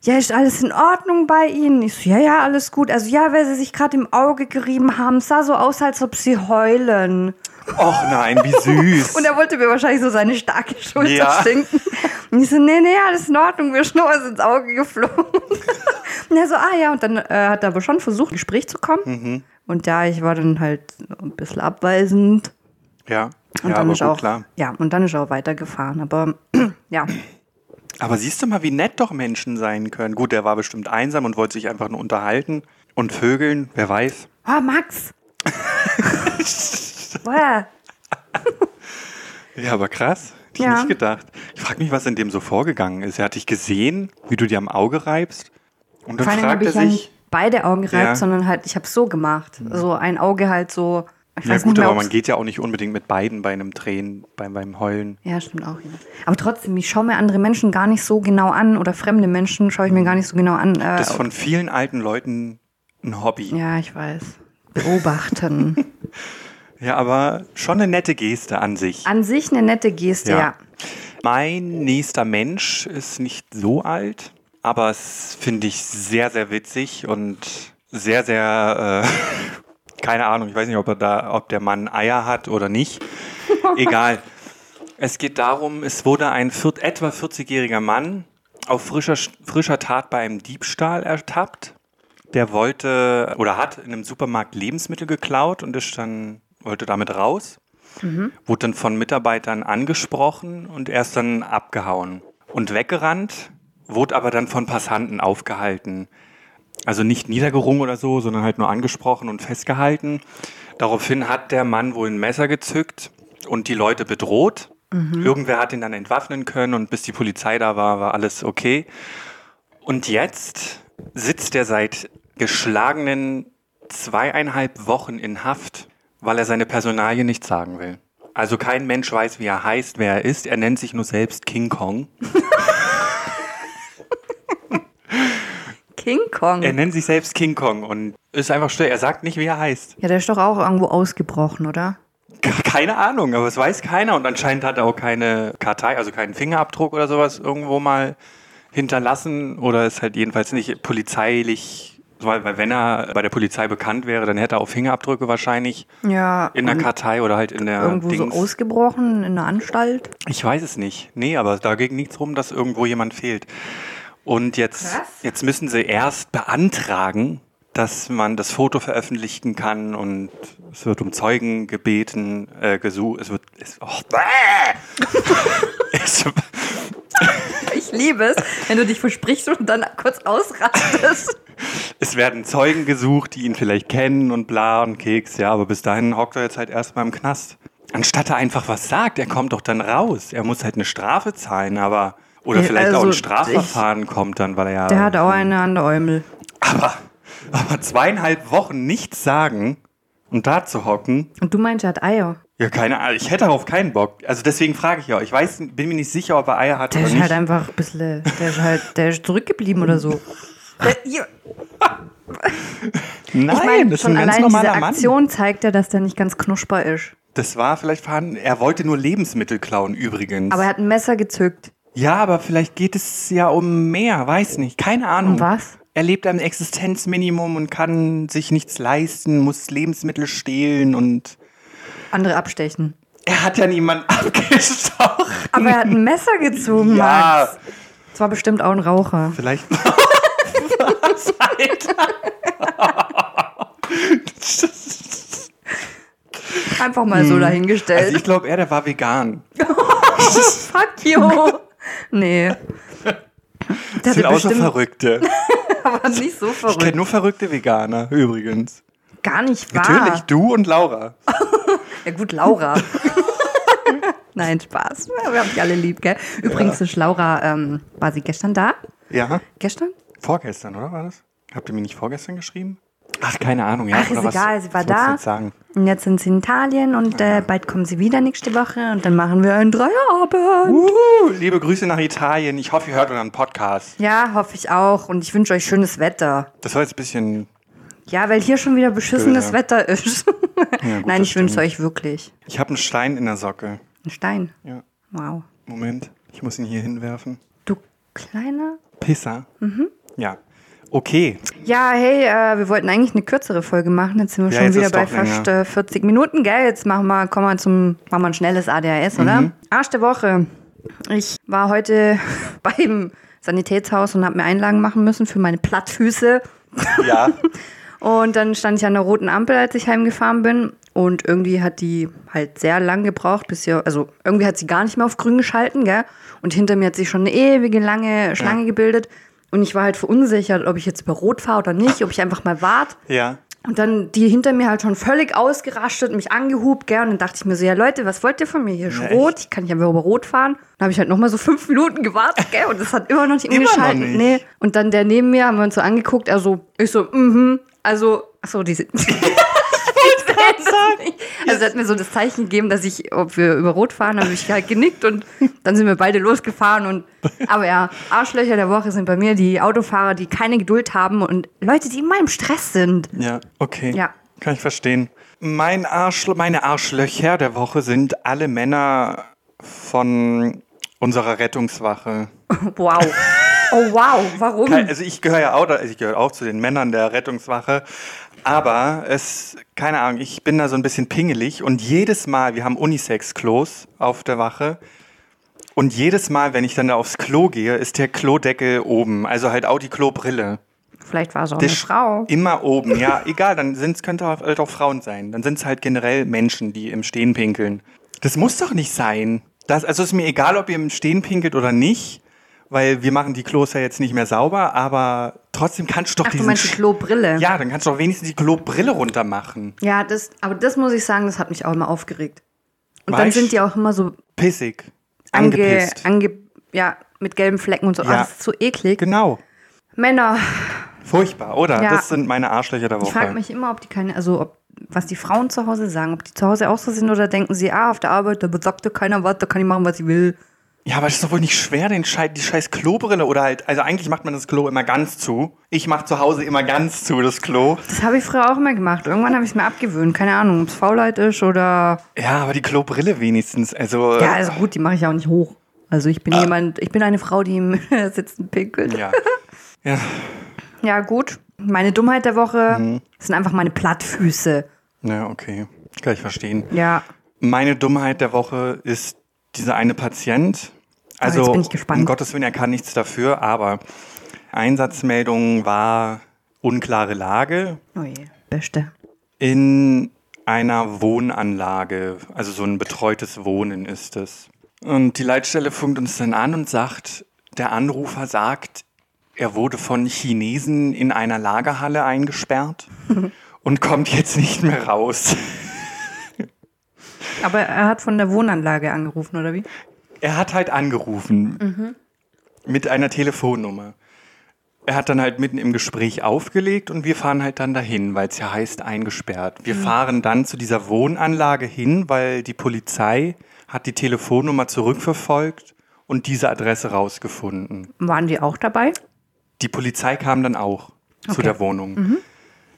C: ja, ist alles in Ordnung bei Ihnen? Ich so, ja, ja, alles gut. Also, ja, weil Sie sich gerade im Auge gerieben haben, sah so aus, als ob Sie heulen.
D: Och nein, wie süß.
C: Und er wollte mir wahrscheinlich so seine starke Schulter
D: Ja.
C: schenken. Und ich so, nee, nee, alles in Ordnung, mir ist nur was ins Auge geflogen. Und er so, ah ja, und dann äh, hat er aber schon versucht, ins Gespräch zu kommen.
D: Mhm.
C: Und ja, ich war dann halt ein bisschen abweisend.
D: ja,
C: Und dann
D: ja aber
C: ist
D: gut,
C: auch,
D: klar.
C: Ja, und dann ist er auch weitergefahren. Aber ja,
D: Aber siehst du mal, wie nett doch Menschen sein können. Gut, der war bestimmt einsam und wollte sich einfach nur unterhalten und vögeln, wer weiß.
C: Oh, Max! Boah.
D: Ja, aber krass. Hätte ich
C: Ja.
D: nicht gedacht. Ich frage mich, was in dem so vorgegangen ist. Er hat dich gesehen, wie du dir am Auge reibst. Und dann
C: Vor allem
D: fragt
C: habe
D: er
C: ich ja
D: sich.
C: nicht beide Augen gereibt,
D: Ja. Mhm.
C: sondern halt, ich habe so gemacht. So ein Auge halt so. Ich
D: Ja
C: weiß
D: gut,
C: nicht mehr,
D: aber
C: ob's-
D: man geht ja auch nicht unbedingt mit beiden bei einem Tränen, beim, beim Heulen.
C: Ja, stimmt auch. Ja. Aber trotzdem, ich schaue mir andere Menschen gar nicht so genau an oder fremde Menschen schaue ich mir gar nicht so genau an. Äh,
D: Das ist von vielen alten Leuten ein Hobby.
C: ja, ich weiß. Beobachten.
D: Ja, aber schon eine nette Geste an sich.
C: an sich eine nette Geste,
D: Ja.
C: ja.
D: Mein nächster Mensch ist nicht so alt, aber es finde ich sehr, sehr witzig und sehr, sehr, äh, keine Ahnung, ich weiß nicht, ob, er da, ob der Mann Eier hat oder nicht. Egal. Es geht darum, es wurde ein vier- etwa 40-jähriger Mann auf frischer, frischer Tat bei einem Diebstahl ertappt. Der wollte oder hat in einem Supermarkt Lebensmittel geklaut und ist dann, wollte damit raus wurde dann von Mitarbeitern angesprochen und er ist dann abgehauen und weggerannt, wurde aber dann von Passanten aufgehalten. Also nicht niedergerungen oder so, sondern halt nur angesprochen und festgehalten. Daraufhin hat der Mann wohl ein Messer gezückt und die Leute bedroht. Irgendwer hat ihn dann entwaffnen können und bis die Polizei da war, war alles okay. Und jetzt sitzt er seit geschlagenen zweieinhalb Wochen in Haft, weil er seine Personalie nicht sagen will. Also kein Mensch weiß, wie er heißt, wer er ist. Er nennt sich nur selbst King Kong.
C: King Kong.
D: Er nennt sich selbst King Kong und ist einfach still. Er sagt nicht, wie er heißt.
C: ja, der ist doch auch irgendwo ausgebrochen, oder?
D: Ke- Keine Ahnung, aber es weiß keiner. Und anscheinend hat er auch keine Kartei, also keinen Fingerabdruck oder sowas irgendwo mal hinterlassen. Oder ist halt jedenfalls nicht polizeilich, weil, weil wenn er bei der Polizei bekannt wäre, dann hätte er auch Fingerabdrücke wahrscheinlich
C: Ja.
D: in der
C: und
D: Kartei oder halt in der
C: Irgendwo
D: Dings.
C: so ausgebrochen in der Anstalt.
D: Ich weiß es nicht. Nee, aber da ging nichts rum, dass irgendwo jemand fehlt. Und jetzt,
C: Krass.
D: jetzt müssen sie erst beantragen, dass man das Foto veröffentlichen kann und es wird um Zeugen gebeten, äh, gesucht, es wird, es, oh, bäh! es,
C: Ich liebe es, wenn du dich versprichst und dann kurz ausrastest.
D: es werden Zeugen gesucht, die ihn vielleicht kennen und bla und Keks, ja, aber bis dahin hockt er jetzt halt erstmal im Knast. Anstatt er einfach was sagt, er kommt doch dann raus. Er muss halt eine Strafe zahlen, aber, oder
C: Ja,
D: vielleicht auch
C: also
D: ein
C: ich-
D: Strafverfahren kommt dann, weil er ja.
C: Der hat auch eine an der Eumel.
D: Aber, aber zweieinhalb Wochen nichts sagen und da zu hocken,
C: Und du meinst, er hat Eier.
D: ja, keine Ahnung, ich hätte darauf keinen Bock. Also deswegen frage ich ja, ich weiß, bin mir nicht sicher, ob er Eier hat
C: Der
D: oder
C: ist
D: nicht.
C: halt einfach ein bisschen, der ist halt, der ist zurückgeblieben oder so. Der, hier,
D: Nein,
C: ich meine,
D: das ist
C: schon
D: ein
C: allein
D: ganz
C: diese
D: normaler Mann.
C: Aktion zeigt ja, dass der nicht ganz knusper ist.
D: Das war vielleicht vorhanden, er wollte nur Lebensmittel klauen übrigens.
C: Aber er hat ein Messer gezückt.
D: ja, aber vielleicht geht es ja um mehr, weiß nicht, keine Ahnung.
C: Um was?
D: Er lebt am Existenzminimum und kann sich nichts leisten, muss Lebensmittel stehlen und
C: Andere abstechen.
D: er hat ja niemanden abgestochen.
C: Aber er hat ein Messer gezogen,
D: Ja.
C: Max. Das war bestimmt auch ein Raucher.
D: Vielleicht.
C: Einfach mal so
D: Also ich
C: dahingestellt.
D: glaube, er, der war vegan.
C: Fuck you. Nee. Der
D: Das sind
C: hatte
D: auch so
C: bestimmt
D: Verrückte.
C: aber nicht so
D: Ich kenne
C: verrückt.
D: nur verrückte Veganer, übrigens.
C: Gar nicht wahr.
D: Natürlich, du und Laura.
C: Ja gut, Laura. Nein, Spaß. Wir haben dich alle lieb, gell? Übrigens ist Laura, ähm, war sie gestern da?
D: Ja,
C: Gestern?
D: vorgestern, oder war das? Habt ihr mir nicht vorgestern geschrieben? Ach, keine Ahnung, ja.
C: Ach, ist
D: oder was-
C: egal, sie war
D: was wolltest du
C: da.
D: Jetzt sagen?
C: Und jetzt sind sie in Italien und äh, bald kommen sie wieder nächste Woche und dann machen wir einen Dreierabend.
D: Uh, liebe Grüße nach Italien. Ich hoffe, ihr hört unseren Podcast.
C: Ja, hoffe ich auch. Und ich wünsche euch schönes Wetter.
D: Das war jetzt ein bisschen.
C: Ja, weil hier schon wieder beschissenes
D: Böse.
C: Wetter ist.
D: gut,
C: Nein,
D: das
C: ich wünsche
D: stimmt.
C: euch wirklich
D: Ich habe einen Stein in der Socke.
C: einen Stein.
D: Ja.
C: Wow.
D: Moment, ich muss ihn hier hinwerfen.
C: Du kleiner.
D: Pisser. Mhm. Ja. Okay.
C: Ja, hey, äh, wir wollten eigentlich eine kürzere Folge machen. Jetzt sind wir
D: Ja,
C: schon
D: jetzt
C: wieder
D: ist
C: bei
D: doch länger.
C: fast äh, 40 Minuten. Gell, jetzt machen wir, kommen wir zum, machen wir ein schnelles ADHS, oder?
D: Mhm.
C: Arsch der Woche. Ich war heute beim Sanitätshaus und habe mir Einlagen machen müssen für meine Plattfüße.
D: Ja.
C: Und dann stand ich an der roten Ampel, als ich heimgefahren bin. Und irgendwie hat die halt sehr lang gebraucht, bis sie, also irgendwie hat sie gar nicht mehr auf grün geschalten, gell? Und hinter mir hat sich schon eine ewige lange Schlange gebildet. Und ich war halt verunsichert, ob ich jetzt über Rot fahre oder nicht, ob ich einfach mal warte.
D: Ja.
C: Und dann die hinter mir halt schon völlig ausgerastet, mich angehubt, gell? Und dann dachte ich mir so, ja Leute, was wollt ihr von mir? Hier ist
D: Ja,
C: rot,
D: echt?
C: ich kann nicht einfach über rot fahren. Dann habe ich halt nochmal so fünf Minuten gewartet, gell? Und das hat immer noch nicht
D: Immer noch
C: umgeschaltet.
D: nicht.
C: Nee. Und dann der neben mir haben wir uns so angeguckt, also ich so, mhm, also, achso, die sind. Die sehen das nicht. Also er hat mir so das Zeichen gegeben, dass ich, ob wir über Rot fahren, habe ich halt genickt und dann sind wir beide losgefahren und aber ja, Arschlöcher der Woche sind bei mir die Autofahrer, die keine Geduld haben und Leute, die immer im Stress sind.
D: Ja, okay.
C: Ja.
D: Kann ich verstehen. Mein Arschl meine Arschlöcher der Woche sind alle Männer von unserer Rettungswache.
C: Wow. Oh wow, warum?
D: Kein- Also ich gehöre ja auch, da- also ich gehöre auch zu den Männern der Rettungswache, aber es, keine Ahnung, ich bin da so ein bisschen pingelig und jedes Mal, wir haben Unisex-Klos auf der Wache und jedes Mal, wenn ich dann da aufs Klo gehe, ist der Klodeckel oben, also halt auch die Klobrille.
C: Vielleicht war es auch
D: Der
C: eine Frau.
D: Immer oben, ja, egal, dann sind's, könnte auch- halt auch Frauen sein. Dann sind es halt generell Menschen, die im Stehen pinkeln. Das muss doch nicht sein. Das, also ist mir egal, ob ihr im Stehen pinkelt oder nicht, weil wir machen die Klos ja jetzt nicht mehr sauber, aber trotzdem kannst du doch
C: Ach, du
D: diesen
C: meinst die
D: Sch-
C: Klobrille.
D: Ja, dann kannst du doch wenigstens die Klobrille runter machen.
C: Ja, das, aber das muss ich sagen, das hat mich auch immer aufgeregt. Und
D: War
C: dann
D: ich
C: sind die auch immer so
D: Pissig.
C: ange,
D: Angepisst.
C: ange, ja, mit gelben Flecken und so. Ah,
D: Ja.
C: das ist so eklig.
D: genau.
C: Männer,
D: Furchtbar, oder?
C: Ja.
D: Das sind meine Arschlöcher der Woche.
C: ich frage mich immer, ob die keine, also ob, was die Frauen zu Hause sagen, ob die zu Hause auch so sind oder denken sie, ah, auf der Arbeit, da sagt doch keiner was, da kann ich machen, was ich will.
D: Ja, aber es ist doch wohl nicht schwer, den Schei die scheiß Klobrille oder halt, also eigentlich macht man das Klo immer ganz zu. Ich mach zu Hause immer ganz zu das Klo.
C: Das habe ich früher auch immer gemacht. Irgendwann habe ich es mir abgewöhnt. Keine Ahnung, ob es Faulheit ist oder
D: Ja, aber die Klobrille wenigstens, also.
C: Ja, also gut, die mache ich auch nicht hoch. Also ich bin jemand, ich bin eine Frau, die im Sitzen pinkelt. Ja.
D: äh, ja. ja.
C: gut. Meine Dummheit der Woche sind einfach meine Plattfüße.
D: Ja, okay. Kann ich verstehen.
C: Ja.
D: Meine Dummheit der Woche ist dieser eine Patient. Also,
C: Ah, jetzt bin ich gespannt.
D: um Gottes Willen, er kann nichts dafür, aber Einsatzmeldung war unklare Lage.
C: Oh je, beste.
D: In einer Wohnanlage, also so ein betreutes Wohnen ist es. Und die Leitstelle funkt uns dann an und sagt, der Anrufer sagt, er wurde von Chinesen in einer Lagerhalle eingesperrt und kommt jetzt nicht mehr raus.
C: Aber er hat von der Wohnanlage angerufen, oder wie?
D: Er hat halt angerufen mit einer Telefonnummer. Er hat dann halt mitten im Gespräch aufgelegt und wir fahren halt dann dahin, weil es ja heißt eingesperrt. Wir fahren dann zu dieser Wohnanlage hin, weil die Polizei hat die Telefonnummer zurückverfolgt und diese Adresse rausgefunden.
C: Waren die auch dabei?
D: Die Polizei kam dann auch zu
C: Okay.
D: der Wohnung.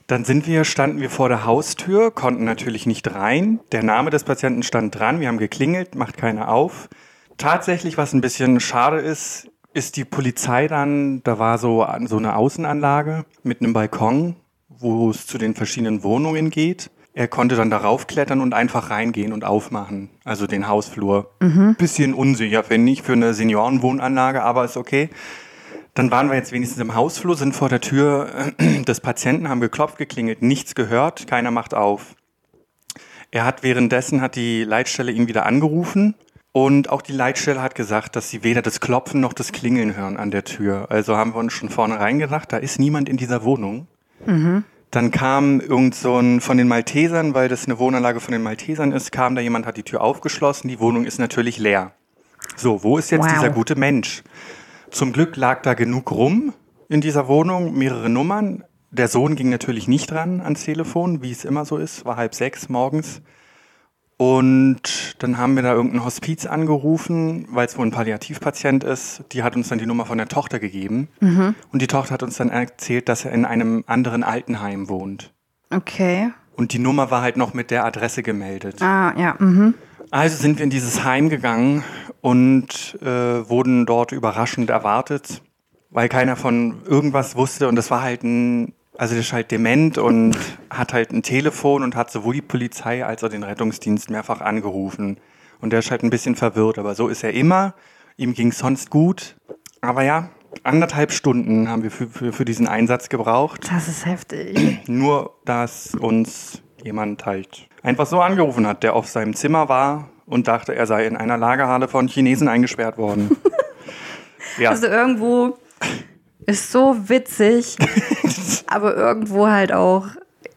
D: Dann sind wir, standen wir vor der Haustür, konnten natürlich nicht rein. Der Name des Patienten stand dran, wir haben geklingelt, macht keiner auf. Tatsächlich, was ein bisschen schade ist, ist die Polizei dann, da war so, an- so eine Außenanlage mit einem Balkon, wo es zu den verschiedenen Wohnungen geht. Er konnte dann darauf klettern und einfach reingehen und aufmachen, also den Hausflur. Bisschen unsicher, finde ich, für eine Seniorenwohnanlage, aber ist okay. Dann waren wir jetzt wenigstens im Hausflur, sind vor der Tür äh, des Patienten, haben geklopft, geklingelt, nichts gehört, keiner macht auf. Er hat währenddessen hat die Leitstelle ihn wieder angerufen und auch die Leitstelle hat gesagt, dass sie weder das Klopfen noch das Klingeln hören an der Tür. Also haben wir uns schon vornherein gedacht, da ist niemand in dieser Wohnung. Dann kam irgend so ein von den Maltesern, weil das eine Wohnanlage von den Maltesern ist, kam da jemand, hat die Tür aufgeschlossen, die Wohnung ist natürlich leer. So, wo ist jetzt
C: Wow.
D: dieser gute Mensch? Zum Glück lag da genug rum in dieser Wohnung, mehrere Nummern. Der Sohn ging natürlich nicht ran ans Telefon, wie es immer so ist, war halb sechs morgens. Und dann haben wir da irgendein Hospiz angerufen, weil es wohl ein Palliativpatient ist. Die hat uns dann die Nummer von der Tochter gegeben. Und die Tochter hat uns dann erzählt, dass er in einem anderen Altenheim wohnt.
C: Okay.
D: Und die Nummer war halt noch mit der Adresse gemeldet.
C: Ah, ja. Mhm.
D: Also sind wir in dieses Heim gegangen und äh, wurden dort überraschend erwartet, weil keiner von irgendwas wusste und das war halt ein, also der ist halt dement und hat halt ein Telefon und hat sowohl die Polizei als auch den Rettungsdienst mehrfach angerufen. Und der ist halt ein bisschen verwirrt, aber so ist er immer. Ihm ging sonst gut. Aber ja, anderthalb Stunden haben wir für, für, für diesen Einsatz gebraucht.
C: Das ist heftig.
D: Nur, dass uns jemand halt einfach so angerufen hat, der auf seinem Zimmer war und dachte, er sei in einer Lagerhalle von Chinesen eingesperrt worden. ja.
C: Also irgendwo ist so witzig, aber irgendwo halt auch,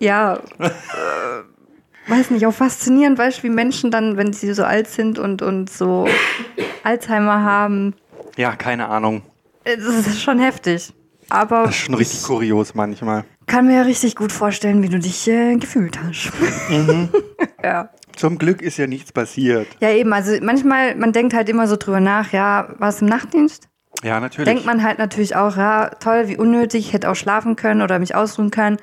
C: ja, äh, weiß nicht, auch faszinierend, weißt du, wie Menschen dann, wenn sie so alt sind und, und so Alzheimer haben,
D: ja, keine Ahnung.
C: äh, das ist schon heftig. Aber
D: Das ist schon richtig kurios manchmal.
C: kann mir ja richtig gut vorstellen, wie du dich äh, gefühlt hast.
D: Mhm.
C: ja.
D: Zum Glück ist ja nichts passiert.
C: ja, eben, also manchmal, man denkt halt immer so drüber nach, ja, war es im Nachtdienst?
D: Ja, natürlich.
C: Denkt man halt natürlich auch, ja, toll, wie unnötig, ich hätte auch schlafen können oder mich ausruhen können.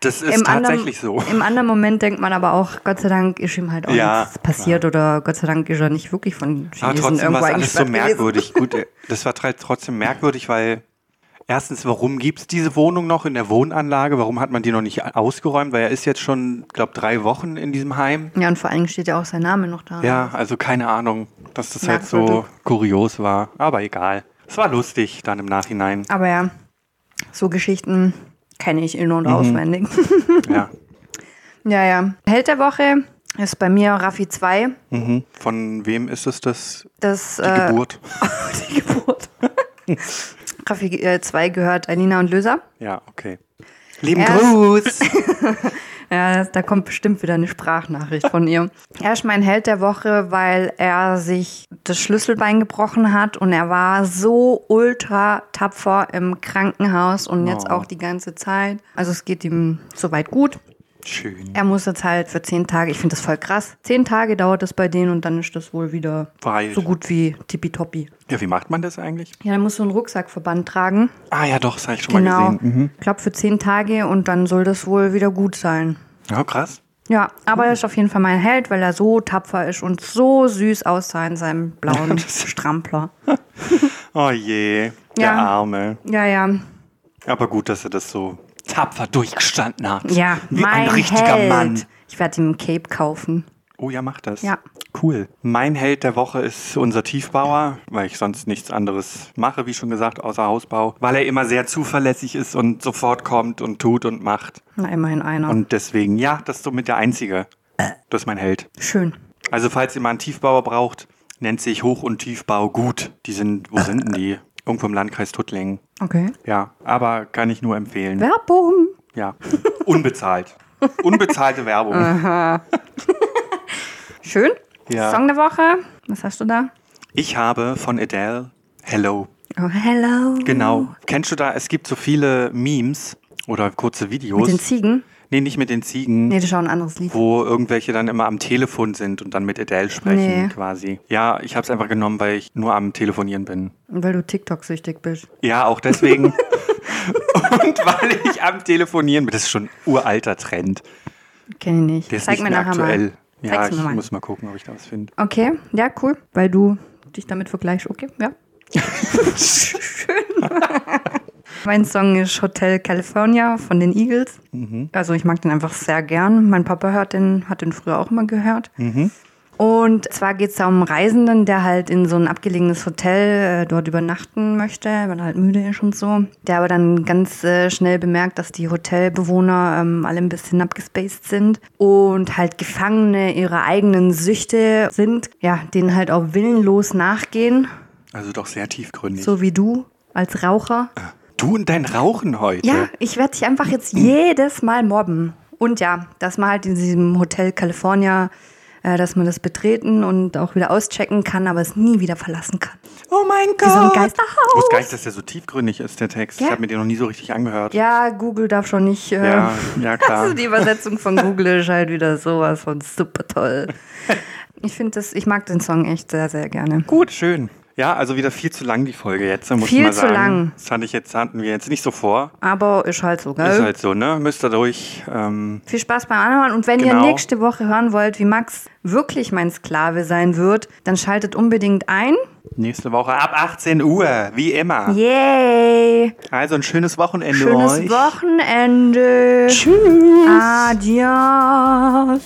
D: das ist tatsächlich
C: anderen,
D: so.
C: Im anderen Moment denkt man aber auch, Gott sei Dank ist ihm halt auch
D: Ja,
C: nichts passiert oder Gott sei Dank ist er nicht wirklich von Chinesen
D: Aber trotzdem
C: irgendwo
D: war es alles so
C: eingesperrt gewesen.
D: merkwürdig. Gut, äh, das war tre- trotzdem merkwürdig, weil erstens, warum gibt es diese Wohnung noch in der Wohnanlage? Warum hat man die noch nicht ausgeräumt? Weil er ist jetzt schon, glaube drei Wochen in diesem Heim.
C: Ja, und vor allem steht ja auch sein Name noch da.
D: Ja, also keine Ahnung, dass das halt so
C: Merkwürdig.
D: kurios war. Aber egal. Es war lustig dann im Nachhinein.
C: Aber ja, so Geschichten kenne ich in- und
D: Mhm.
C: auswendig. Ah.
D: Ja.
C: ja, ja. Held der Woche ist bei mir Raffi 2.
D: Mhm. Von wem ist es das?
C: Das,
D: Die
C: äh,
D: Geburt?
C: die Geburt. Raffi 2 gehört Alina und Löser.
D: Ja, okay. Lieben
C: Erst-
D: Gruß!
C: Ja, das- da kommt bestimmt wieder eine Sprachnachricht von ihr. Er ist mein Held der Woche, weil er sich das Schlüsselbein gebrochen hat und er war so ultra tapfer im Krankenhaus und jetzt
D: Oh.
C: auch die ganze Zeit. Also es geht ihm soweit gut.
D: Schön.
C: Er muss jetzt halt für zehn Tage, ich finde das voll krass, zehn Tage dauert das bei denen und dann ist das wohl wieder
D: Verheilt.
C: so gut wie tippitoppi.
D: Ja, wie macht man das eigentlich?
C: Ja, dann musst du einen Rucksackverband tragen.
D: Ah ja, doch, das habe ich schon
C: Genau.
D: mal gesehen. Mhm.
C: Ich glaube für zehn Tage und dann soll das wohl wieder gut sein.
D: Ja, krass.
C: Ja, aber er ist auf jeden Fall mein Held, weil er so tapfer ist und so süß aussah in seinem blauen Strampler.
D: Oh je, der
C: Ja.
D: Arme.
C: Ja, ja.
D: Aber gut, dass er das so tapfer durchgestanden hat.
C: Ja,
D: Wie
C: mein
D: ein richtiger
C: Held.
D: Mann.
C: Ich werde ihm ein Cape kaufen.
D: Oh ja, mach das.
C: Ja.
D: Cool. Mein Held der Woche ist unser Tiefbauer, weil ich sonst nichts anderes mache, wie schon gesagt, außer Hausbau. Weil er immer sehr zuverlässig ist und sofort kommt und tut und macht.
C: Na, immerhin einer.
D: Und deswegen, ja, das ist somit der Einzige. Das ist mein Held.
C: Schön.
D: Also falls ihr mal einen Tiefbauer braucht, nennt sich Hoch- und Tiefbau gut. Die sind, wo sind denn die? Irgendwo im Landkreis Tuttlingen.
C: Okay.
D: Ja, aber kann ich nur empfehlen.
C: Werbung.
D: Ja, unbezahlt. Unbezahlte Werbung.
C: Schön.
D: Ja.
C: Song der Woche. Was hast du da?
D: Ich habe von Adele Hello.
C: Oh, hello. Ah.
D: Genau. Kennst du da, es gibt so viele Memes oder kurze
C: Mit den
D: Videos.
C: Ziegen.
D: Nee, nicht mit den Ziegen.
C: Nee, das ist auch ein anderes Lied.
D: wo irgendwelche dann immer am Telefon sind und dann mit Adele sprechen
C: Nee.
D: quasi. Ja, ich habe es einfach genommen, weil ich nur am Telefonieren bin.
C: Weil du TikTok-süchtig bist.
D: Ja, auch deswegen. und weil ich am Telefonieren bin. Das ist schon ein uralter Trend.
C: Kenn ich nicht.
D: Der ist
C: Zeig
D: nicht
C: mir
D: mehr
C: nachher
D: aktuell.
C: mal.
D: Ja,
C: Zeig's
D: ich
C: mir mal.
D: muss mal gucken, ob ich da was finde.
C: Okay, ja, cool. Weil du dich damit vergleichst. Okay, ja. Schön. mein Song ist Hotel California von den Eagles. Also ich mag den einfach sehr gern. Mein Papa hört den, hat den früher auch immer gehört. Und zwar geht es da um einen Reisenden, der halt in so ein abgelegenes Hotel äh, dort übernachten möchte, weil er halt müde ist und so. Der aber dann ganz äh, schnell bemerkt, dass die Hotelbewohner ähm, alle ein bisschen abgespaced sind und halt Gefangene ihrer eigenen Süchte sind, ja, denen halt auch willenlos nachgehen,
D: Also doch sehr tiefgründig.
C: so wie du als Raucher.
D: Du und dein Rauchen heute.
C: Ja, ich werde dich einfach jetzt jedes Mal mobben. Und ja, dass man halt in diesem Hotel California, äh, dass man das betreten und auch wieder auschecken kann, aber es nie wieder verlassen kann.
D: Oh mein Gott.
C: so ein Geisterhaus.
D: Ich wusste gar nicht, dass der so tiefgründig ist, der Text. Ich
C: Ja.
D: habe mir den noch nie so richtig angehört.
C: Ja, Google darf schon nicht. Äh,
D: Ja, ja, klar.
C: Also die Übersetzung von Google ist halt wieder sowas von super toll. Ich finde das, ich mag den Song echt sehr, sehr gerne.
D: Gut, schön. Ja, also wieder viel zu lang die Folge jetzt, muss
C: Viel
D: ich mal
C: zu
D: sagen.
C: lang.
D: Das hatte ich jetzt, hatten wir jetzt nicht so vor.
C: Aber ist halt so, gell?
D: Ist halt so, ne? Müsst ihr durch. Ähm,
C: Viel Spaß beim Anhören. Und wenn
D: Genau.
C: ihr nächste Woche hören wollt, wie Max wirklich mein Sklave sein wird, dann schaltet unbedingt ein.
D: nächste Woche ab 18 Uhr, wie immer.
C: Yay!
D: Also ein schönes Wochenende
C: Schönes
D: euch.
C: Wochenende.
D: Tschüss.
C: Adios.